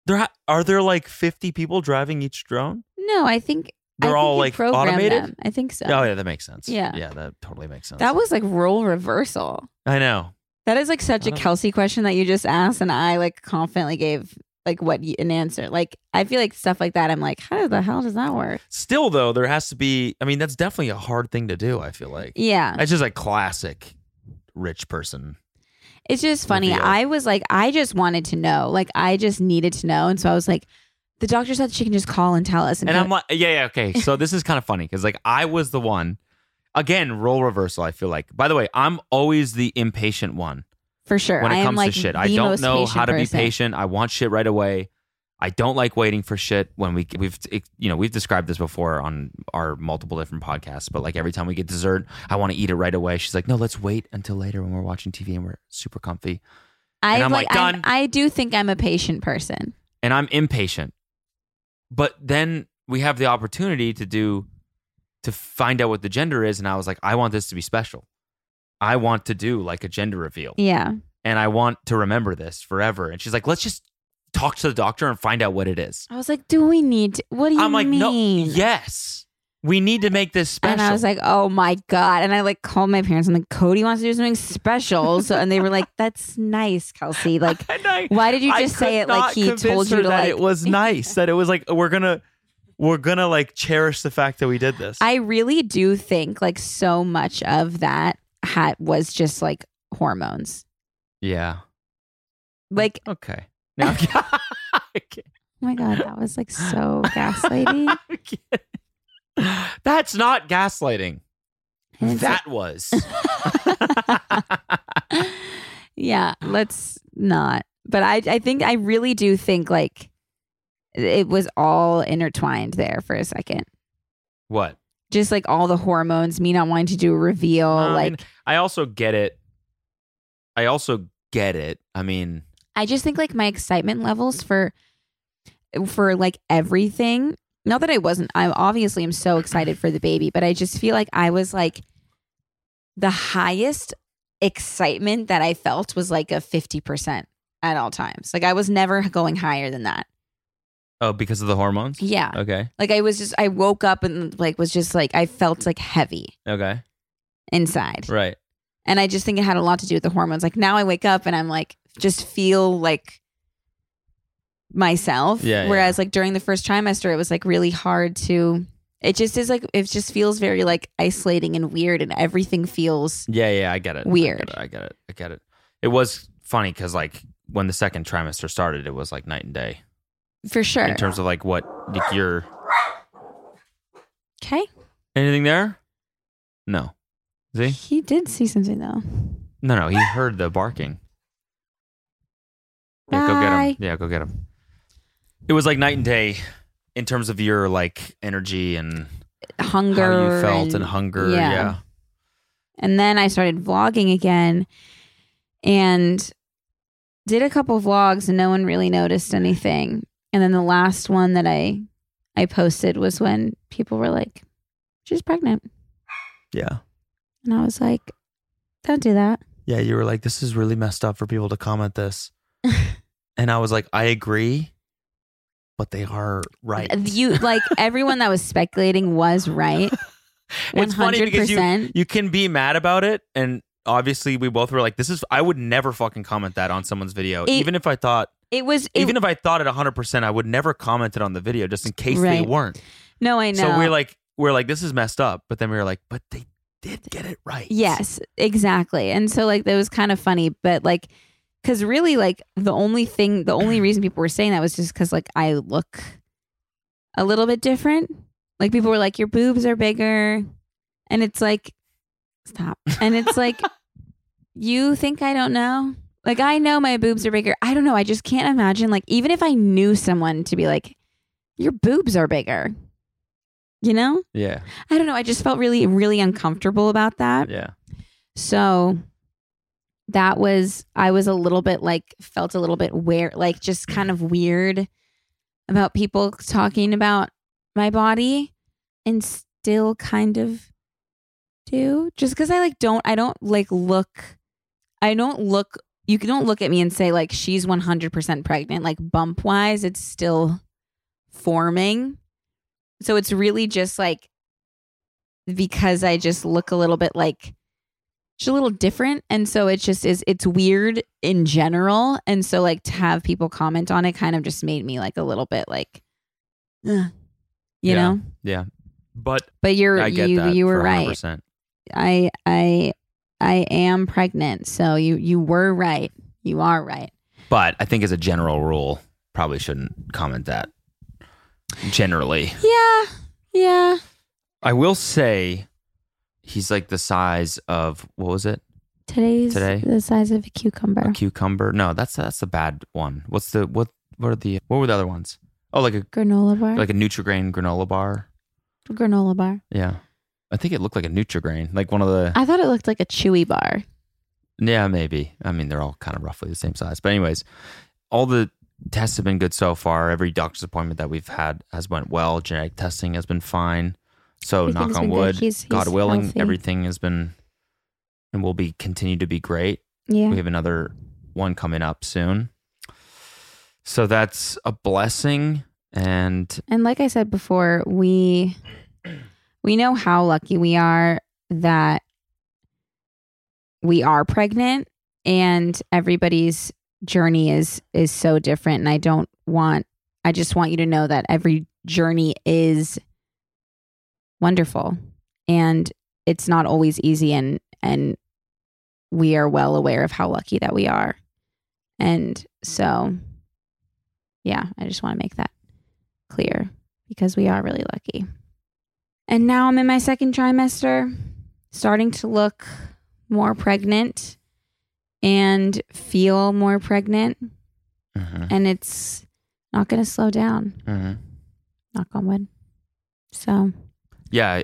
There ha- are there like 50 people driving each drone? No, I think I They're think all you like programmed automated. Them. I think so. Oh yeah, that makes sense. Yeah. yeah, that totally makes sense. That was like role reversal. I know. That is like such I a don't- Kelsey question that you just asked, and I like confidently gave like what y- an answer. Like I feel like stuff like that. I'm like, how the hell does that work? Still though, there has to be. I mean, that's definitely a hard thing to do. I feel like Yeah, That's just a classic rich person. it's just funny. Reveal. I was like, I just wanted to know. Like I just needed to know, and so I was like, the doctor said she can just call and tell us. And I'm like, yeah, yeah, okay. So this is kind of funny because like I was the one, again, role reversal. I feel like. By the way, I'm always the impatient one for sure. when I it am, comes like, to shit. the I don't most know how to be person. patient. I want shit right away. I don't like waiting for shit when we we've you know we've described this before on our multiple different podcasts. But like every time we get dessert, I want to eat it right away. She's like, no, let's wait until later when we're watching TV and we're super comfy. I And I'm like, I'm- done. I do think I'm a patient person. and I'm impatient. But then we have the opportunity to do to find out what the gender is and I was like I want this to be special. I want to do like a gender reveal Yeah. and I want to remember this forever. And she's like let's just talk to the doctor and find out what it is. I was like, do we need to, what do you I'm like mean? no yes. We need to make this special. And I was like, oh my God. And I like called my parents. I'm like, Cody wants to do something special. So, and they were like, that's nice, Kelsey. Like, And I- why did you I just could say it like not he convince told you her to that like? it was nice that it was like we're going to we're going to like cherish the fact that we did this. I really do think like so much of that ha- was just like hormones. yeah. Like, Okay. Now Okay. oh my God, that was like so gaslighting. I'm kidding. That's not gaslighting. And it's That was. like- yeah, let's not. But I, I think, I really do think like it was all intertwined there for a second. what? just like all the hormones, me not wanting to do a reveal. I like, mean, I also get it. I also get it. I mean, I just think like my excitement levels for, for like everything. Not that I wasn't, I obviously am so excited for the baby, but I just feel like I was like the highest excitement that I felt was like a 50% at all times. Like I was never going higher than that. oh, because of the hormones? Yeah. Okay. Like I was just, I woke up and like was just like, I felt like heavy Okay. inside. Right. And I just think it had a lot to do with the hormones. Like now I wake up and I'm like, just feel like myself. Yeah, Whereas like during the first trimester, it was like really hard to, it just is like, it just feels very like isolating and weird and everything feels, Yeah, yeah, I get it. Weird. I get it. I get it. I get it. It was funny because, like, when the second trimester started, it was like night and day for sure. in terms of like what like, your okay. anything there. No, see, He did see something though. no, no. He heard the barking. Yeah, go get him. Bye. Yeah, go get him. It was like night and day in terms of your like energy and Hunger. how you felt and, hunger. Yeah. And then I started vlogging again and did a couple vlogs and no one really noticed anything. And then the last one that I I posted was when people were like, She's pregnant. Yeah. And I was like, don't do that. Yeah, you were like, this is really messed up for people to comment this. and I was like, I agree, but they are right. You like everyone that was speculating was right. One It's funny hundred because you, percent. you can be mad about it. And obviously, we both were like, this is, I would never fucking comment that on someone's video. It- even if I thought, It was it, even if I thought it 100%, I would never comment it on the video just in case they Right. weren't. no, I know. So we're like, we're like, this is messed up. But then we were like, but they did get it right. Yes, exactly. And so like that was kind of funny, but like cuz really like the only thing the only reason people were saying that was just cuz like I look a little bit different. Like people were like your boobs are bigger and it's like stop. And it's like you think I don't know? Like I know my boobs are bigger. I don't know. I just can't imagine like even if I knew someone to be like your boobs are bigger. You know? Yeah. I don't know. I just felt really really uncomfortable about that. Yeah. So that was I was a little bit like felt a little bit weird, like just kind of weird about people talking about my body and still kind of do just cuz I like don't I don't like look I don't look you don't look at me and say like she's 100% pregnant like bump wise it's still forming. So it's really just like because I just look a little bit like she's a little different and so it just is it's weird in general and so like to have people comment on it kind of just made me like a little bit like ugh, you Yeah. know Yeah. But but you're I get you that. you were for right 100%. i i i am pregnant so you you were right you are right But I think as a general rule, probably shouldn't comment that generally. yeah yeah I will say he's like the size of what was it? today's Today? the size of a cucumber A cucumber. No, that's that's the bad one. What's the what what are the what were the other ones? Oh, like a granola bar like a Nutrigrain granola bar. granola bar Yeah. I think it looked like a Nutrigrain, like one of the i thought it looked like a chewy bar Yeah, maybe. I mean, they're all kind of roughly the same size. But anyways, all the tests have been good so far. Every doctor's appointment that we've had has went well. Genetic testing has been fine. So Everything's Oh, knock on been good. wood, He's- God he's willing, healthy. everything has been and will be continue to be great. yeah We have another one coming up soon. So that's a blessing and And like I said before, we we know how lucky we are that we are pregnant and everybody's journey is is so different and I don't want I just want you to know that every journey is wonderful and it's not always easy and and we are well aware of how lucky that we are. And so yeah, I just want to make that clear because we are really lucky. And now I'm in my second trimester, starting to look more pregnant and feel more pregnant. Mhm, And it's not going to slow down, mhm. knock on wood. So, Yeah.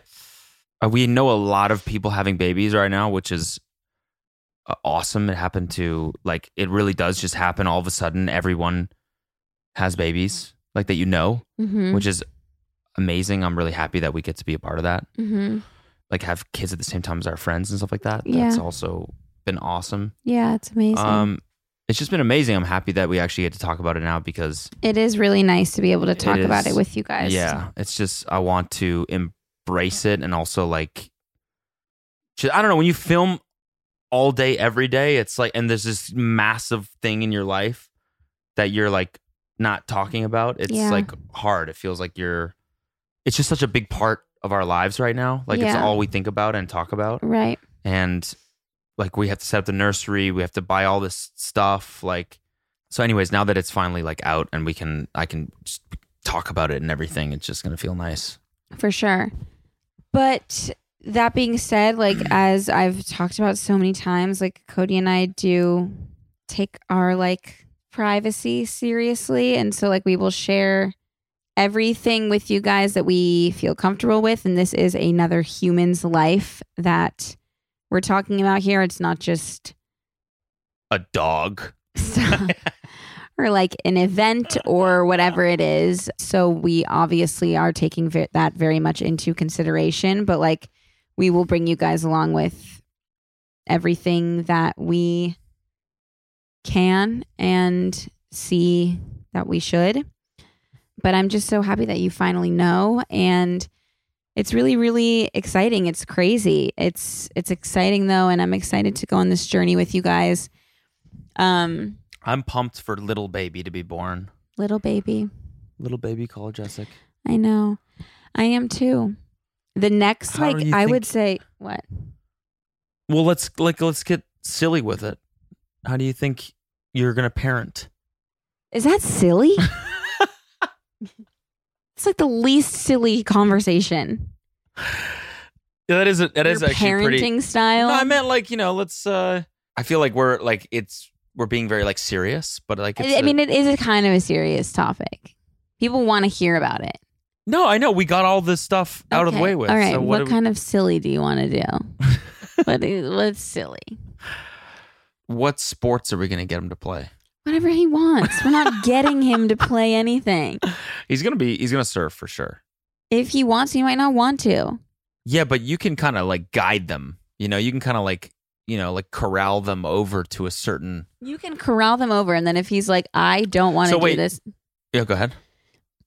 Uh, We know a lot of people having babies right now, which is uh, awesome. It happened to, like, it really does just happen all of a sudden. Everyone has babies, like, that you know, Mm-hmm. which is amazing. I'm really happy that we get to be a part of that. Like, have kids at the same time as our friends and stuff like that. That's Yeah. also been awesome. yeah, it's amazing. Um, it's just been amazing. I'm happy that we actually get to talk about it now because it is really nice to be able to it talk about is- it with you guys. Yeah, it's just I want to embrace it and also like, ju- I don't know. When you film all day every day, it's like, and there's this massive thing in your life that you're like not talking about. It's Yeah. like hard. It feels like you're. It's just such a big part of our lives right now. Like it's Yeah. all we think about and talk about, Right. and like we have to set up the nursery. We have to buy all this stuff. Like so. Anyways, now that it's finally like out and we can, I can just talk about it and everything. It's just gonna feel nice. For sure. But that being said, like as I've talked about so many times, like Cody and I do take our like privacy seriously. And so like we will share everything with you guys that we feel comfortable with. And this is another human's life that we're talking about here. It's not just a dog. so- or like an event or whatever it is. So we obviously are taking ve- that very much into consideration, but like we will bring you guys along with everything that we can and see that we should. But I'm just so happy that you finally know and it's really really exciting. It's crazy. It's it's exciting though and I'm excited to go on this journey with you guys. Um I'm pumped for little baby to be born. little baby. Little baby called Jessica. I know. I am too. The next How do like you I think- would say what? Well, let's like let's get silly with it. How do you think you're gonna parent? Is that silly? it's like the least silly conversation. Yeah, that is a, that is Your actually parenting pretty. style. No, I meant like you know, let's. uh I feel like we're like it's we're being very like serious, but like it's I a- mean, it is a kind of a serious topic. People want to hear about it. no, I know we got all this stuff out of the Okay. way with. All right. so what what, do we- kind of silly do you want to do? what is, what's silly? what sports are we gonna get him to play? Whatever he wants. We're not getting him to play anything. He's gonna be he's gonna surf for sure. If he wants, he might not want to. Yeah, but you can kind of like guide them. You know, you can kind of like you know like corral them over to a certain. You can corral them over, and then if he's like, "I don't want to So do wait. this," Yeah, go ahead.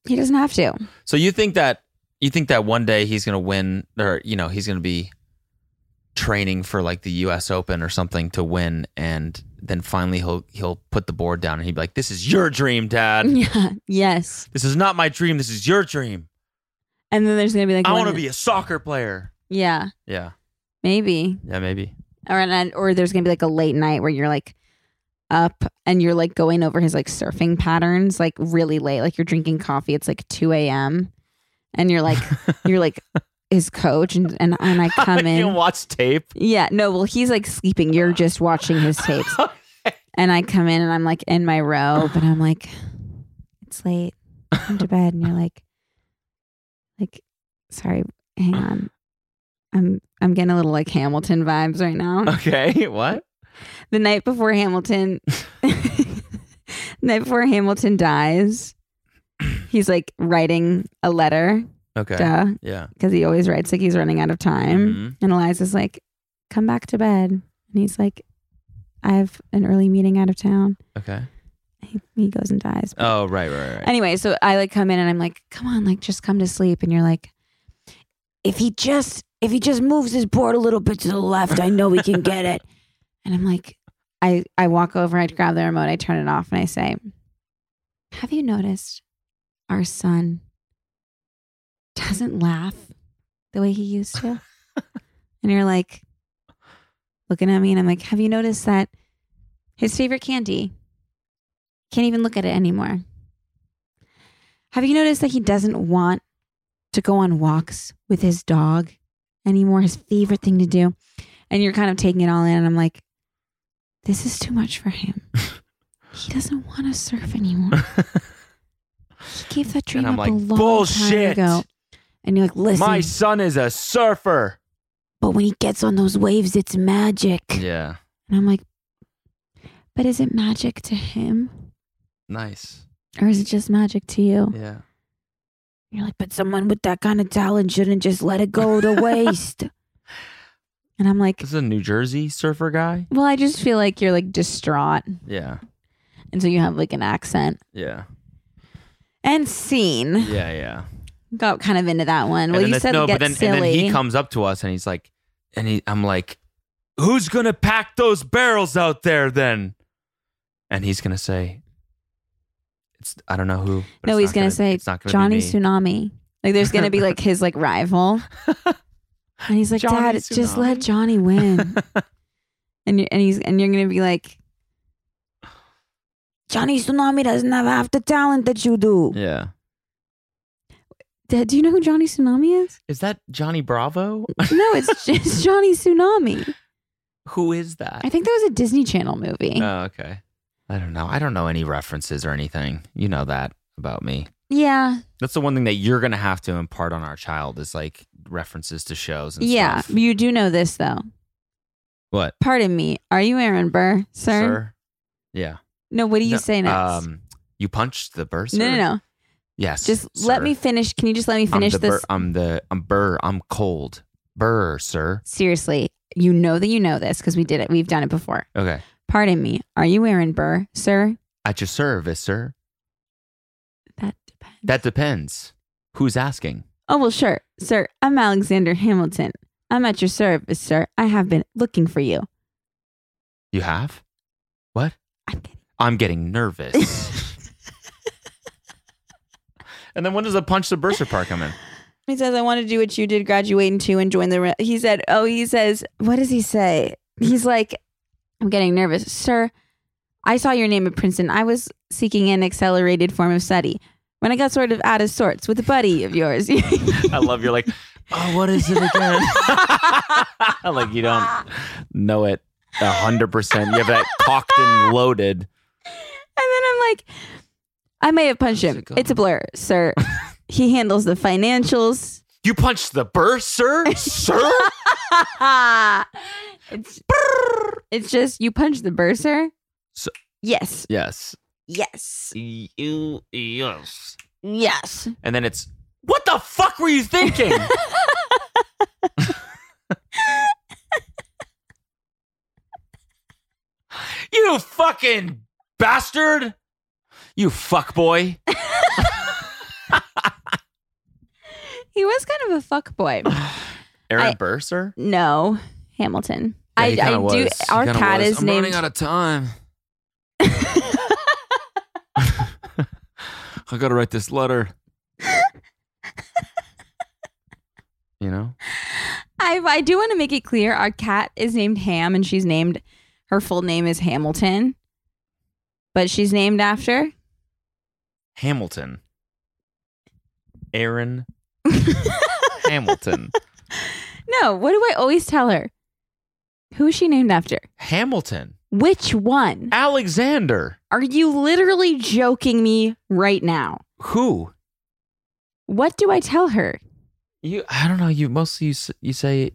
he doesn't have to. So you think that you think that one day he's gonna win, or you know he's gonna be training for like the U.S. Open or something to win, and then finally he'll he'll put the board down and he'd be like, "This is your dream, Dad. Yeah. Yes. This is not my dream. This is your dream. And then there's gonna be like, I one- want to be a soccer player." Yeah. Yeah, Maybe. yeah, maybe. Or and or there's gonna be like a late night where you're like up and you're like going over his like surfing patterns like really late. Like you're drinking coffee. It's like two a.m. And you're like you're like his coach and and, and I come you in. watch tape. Yeah. No. Well, he's like sleeping. You're just watching his tapes. and I come in and I'm like in my robe and I'm like, it's late. Come to bed. And you're like, like, sorry, hang on. I'm I'm getting a little like Hamilton vibes right Uh. now. Okay, what? The night before Hamilton, night before Hamilton dies, he's like writing a letter, Okay, duh, yeah. because he always writes like he's running out of time. Mhm. And Eliza's like, "Come back to bed," and he's like, "I have an early meeting out of town." Okay. he, he goes and dies. Oh, right, right, right. Anyway, so I like come in and I'm like, come on, like just come to sleep. And you're like, if he just if he just moves his board a little bit to the left, I know we can get it. And I'm like, I I walk over, I grab the remote, I turn it off, and I say, Have you noticed our son doesn't laugh the way he used to? and you're like looking at me and I'm like, Have you noticed that his favorite candy can't even look at it anymore? Have you noticed that he doesn't want to go on walks with his dog anymore? His favorite thing to do. And you're kind of taking it all in. And I'm like, this is too much for him. he doesn't want to surf anymore. he gave that dream And I'm up like, a long "Bullshit." time ago. And you're like, listen, My son is a surfer. but when he gets on those waves, it's magic. Yeah. And I'm like, but is it magic to him? Nice. Or is it just magic to you? Yeah. You're like, but someone with that kind of talent shouldn't just let it go to waste. and I'm like, This is a New Jersey surfer guy. well, I just feel like you're like distraught. Yeah. And so you have like an accent. Yeah. And scene. Yeah. Yeah. Got kind of into that one. Well, then you that's- said no, get but then silly. and then he comes up to us and he's like, and he, I'm like, who's gonna pack those barrels out there then? And he's gonna say, it's I don't know who. but no, it's he's not gonna, say it's not gonna Johnny be me." Tsunami. Like there's gonna be like his like rival. And he's like, Johnny Dad, just let Tsunami." Johnny win. and you and he's and you're gonna be like Johnny Tsunami doesn't have half the talent that you do. Yeah. Dad, do you know who Johnny Tsunami is? Is that Johnny Bravo? No, it's just Johnny Tsunami. who is that? I think that was a Disney Channel movie. Oh, okay. I don't know. I don't know any references or anything. You know that about me. yeah. That's the one thing that you're gonna have to impart on our child is like references to shows. And Yeah. stuff. You do know this though. What, Pardon me. Are you Aaron Burr, sir? Yeah. No, what do you No, say next? Um, you punched the burr. Sir? no, no, no. Yes. Just let sir. me finish. Can you just let me finish I'm the this? Burr, I'm the I'm burr. I'm cold. Burr, sir. Seriously, you know that you know this because we did it. We've done it before. Okay. Pardon me. Are you Aaron Burr, sir? At your service, sir. That depends. That depends. Who's asking? oh, well, sure. Sir, I'm Alexander Hamilton. I'm at your service, sir. I have been looking for you. You have? What? I'm kidding. I'm getting nervous. and then when does the punch the burster part come in? He says, I want to do what you did, graduate into and join the. Re-. He said, Oh, he says, What does he say? He's like, I'm getting nervous. Sir, I saw your name at Princeton. I was seeking an accelerated form of study. When I got sort of out of sorts with a buddy of yours. I love you're like, oh, what is it again? like you don't know it a hundred percent. You have that cocked and And then loaded. I'm like, I may have punched How's him. it going? It's a blur, sir. he handles the financials. You punched the burr, sir? sir? it's, it's just you punch the bursar. So- yes. Yes. Yes. You yes. Yes. And then it's what the fuck were you thinking? you fucking bastard! You fuck boy. He was kind of a fuck boy. Aaron I- Burr, sir? No, Hamilton. I, he I kinda do. was. He Our kinda cat was. is named. of time. I gotta write this letter. you know? I, I do want to make it clear. Our cat is named Ham, and she's named. Her full name is Hamilton, but she's named after Hamilton. Aaron Hamilton. No, what do I always tell her? Who is she named after? Hamilton. Which one? Alexander. Are you literally joking me right now? Who? What do I tell her? You I don't know, you mostly you, s- you say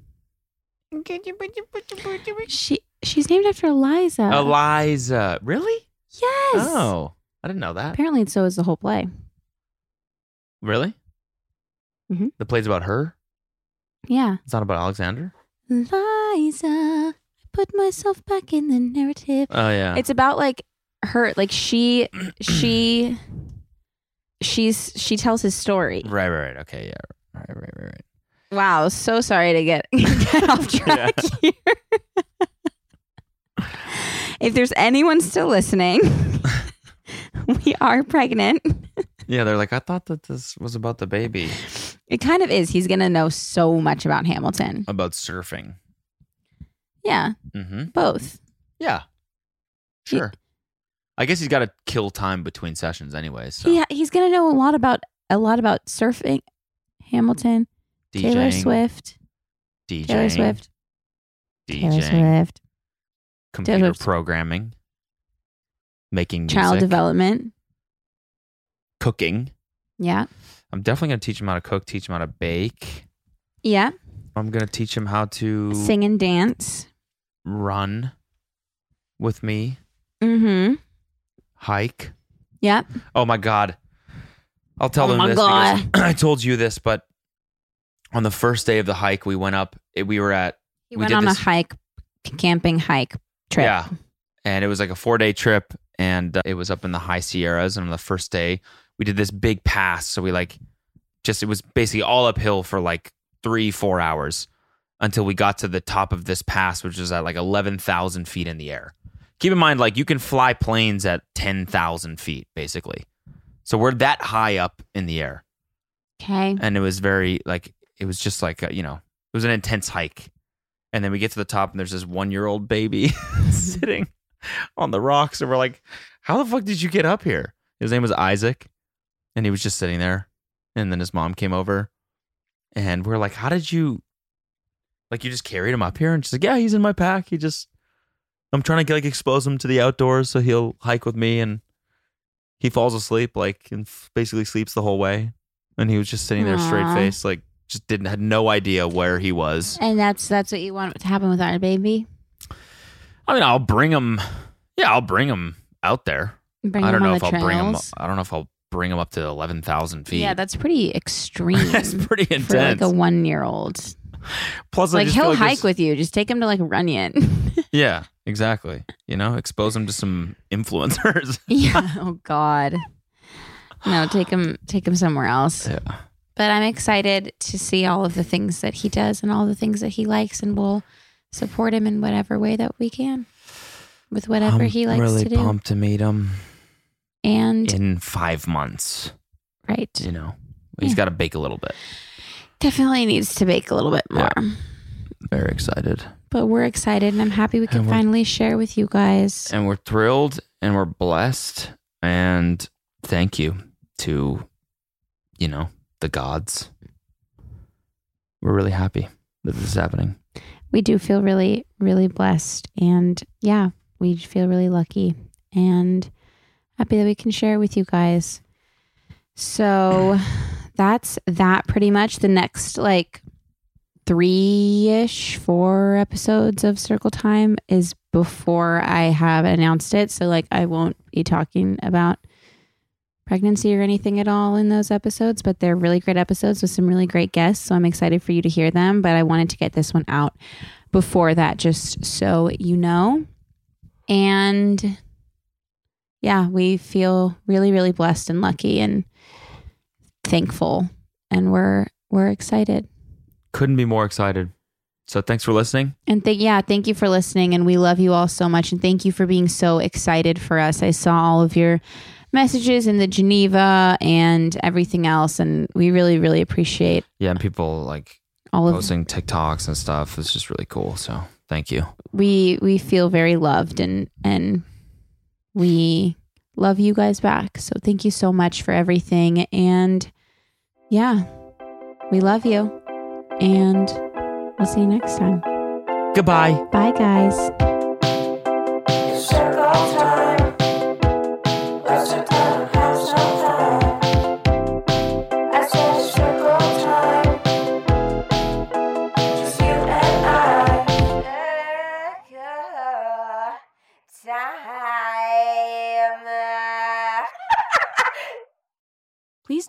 She she's named after Eliza. Eliza. Really? yes. Oh. I didn't know that. Apparently, so is the whole play. Really? Mhm. The play's about her? Yeah. It's not about Alexander? Eliza, I put myself back in the narrative. Oh yeah. It's about like her, like she, she, she's she tells his story. Right, right, right. Okay, yeah. Right, right, right, right. Wow, so sorry to get, get off track here. if there's anyone still listening, we are pregnant. Yeah, they're like, I thought that this was about the baby, It kind of is. He's going to know so much about Hamilton. about surfing. Yeah, Mm-hmm. both. Yeah, He- sure. I guess he's got to kill time between sessions, anyway. So He, he's going to know a lot about a lot about surfing, Hamilton, Taylor DJing, Swift, DJing, Taylor Swift, DJing, Taylor Swift, computer Taylor Swift. programming, making child music, development. cooking. Yeah. I'm definitely gonna teach him how to cook. Teach him how to bake. Yeah. I'm gonna teach him how to Sing and dance. run with me, Mm hmm. hike. Yep. Oh my god. I'll tell Oh them my this because I told you this, but on the first day of the hike we went up, it- we were at He We went did on this- a hike, camping hike trip. yeah. And it was like a 4-day trip and uh, it was up in the high Sierras and on the first day we did this big pass, so we like just it was basically all uphill for like 3-4 hours until we got to the top of this pass which is at like 11,000 feet in the air. Keep in mind like you can fly planes at 10,000 feet basically. So we're that high up in the air. Okay. and it was very like it was just like a, you know it was an intense hike and then we get to the top and there's this one year old baby sitting on the rocks and we're like how the fuck did you get up here his name was isaac and he was just sitting there and then his mom came over and we're like how did you like you just carried him up here and she's like yeah he's in my pack he just i'm trying to like expose him to the outdoors so he'll hike with me and he falls asleep like and f- basically sleeps the whole way and he was just sitting there straight Aw. faced like just didn't had no idea where he was And that's that's what you want to happen with our baby. i mean i'll bring him yeah i'll bring him out there Bring i don't him on know if the i'll bring him trails. i don't know if i'll bring him up to 11000 feet Yeah, that's pretty extreme. that's pretty for like intense a one year old. Plus, I like just he'll feel like hike there's- with you. Just take him to like Runyon. Yeah, exactly. You know, expose him to some influencers. yeah. Oh God. No, take him. Take him somewhere else. Yeah. But I'm excited to see all of the things that he does and all the things that he likes, and we'll support him in whatever way that we can, with whatever I'm he likes really to do. pumped to meet him And in five months. right, You know, he's Yeah. got to bake a little bit. definitely needs to bake a little bit more. Yeah. Very excited, But we're excited, and I'm happy we could And we're- finally share with you guys. and we're thrilled, and we're blessed, and thank you to, you know, the gods. We're really happy that this is happening. we do feel really, really blessed. And yeah, we feel really lucky and happy that we can share with you guys. So that's that pretty much. The next like three ish, four episodes of Circle Time is before I have announced it. So, like, I won't be talking about pregnancy or anything at all in those episodes, but they're really great episodes with some really great guests. So, I'm excited for you to hear them. But I wanted to get this one out before that, just so you know. And yeah, we feel really, really blessed and lucky and thankful. And we're, we're excited. Couldn't be more excited. So thanks for listening. And thank yeah, thank you for listening and we love you all so much and thank you for being so excited for us. I saw all of your messages in the Geneva and everything else and we really really appreciate Yeah, and people like all of posting TikToks and stuff. It's just really cool. So thank you. we we feel very loved and and we love you guys back. So thank you so much for everything and yeah. We love you and we'll see you next time. Goodbye. Bye guys. Please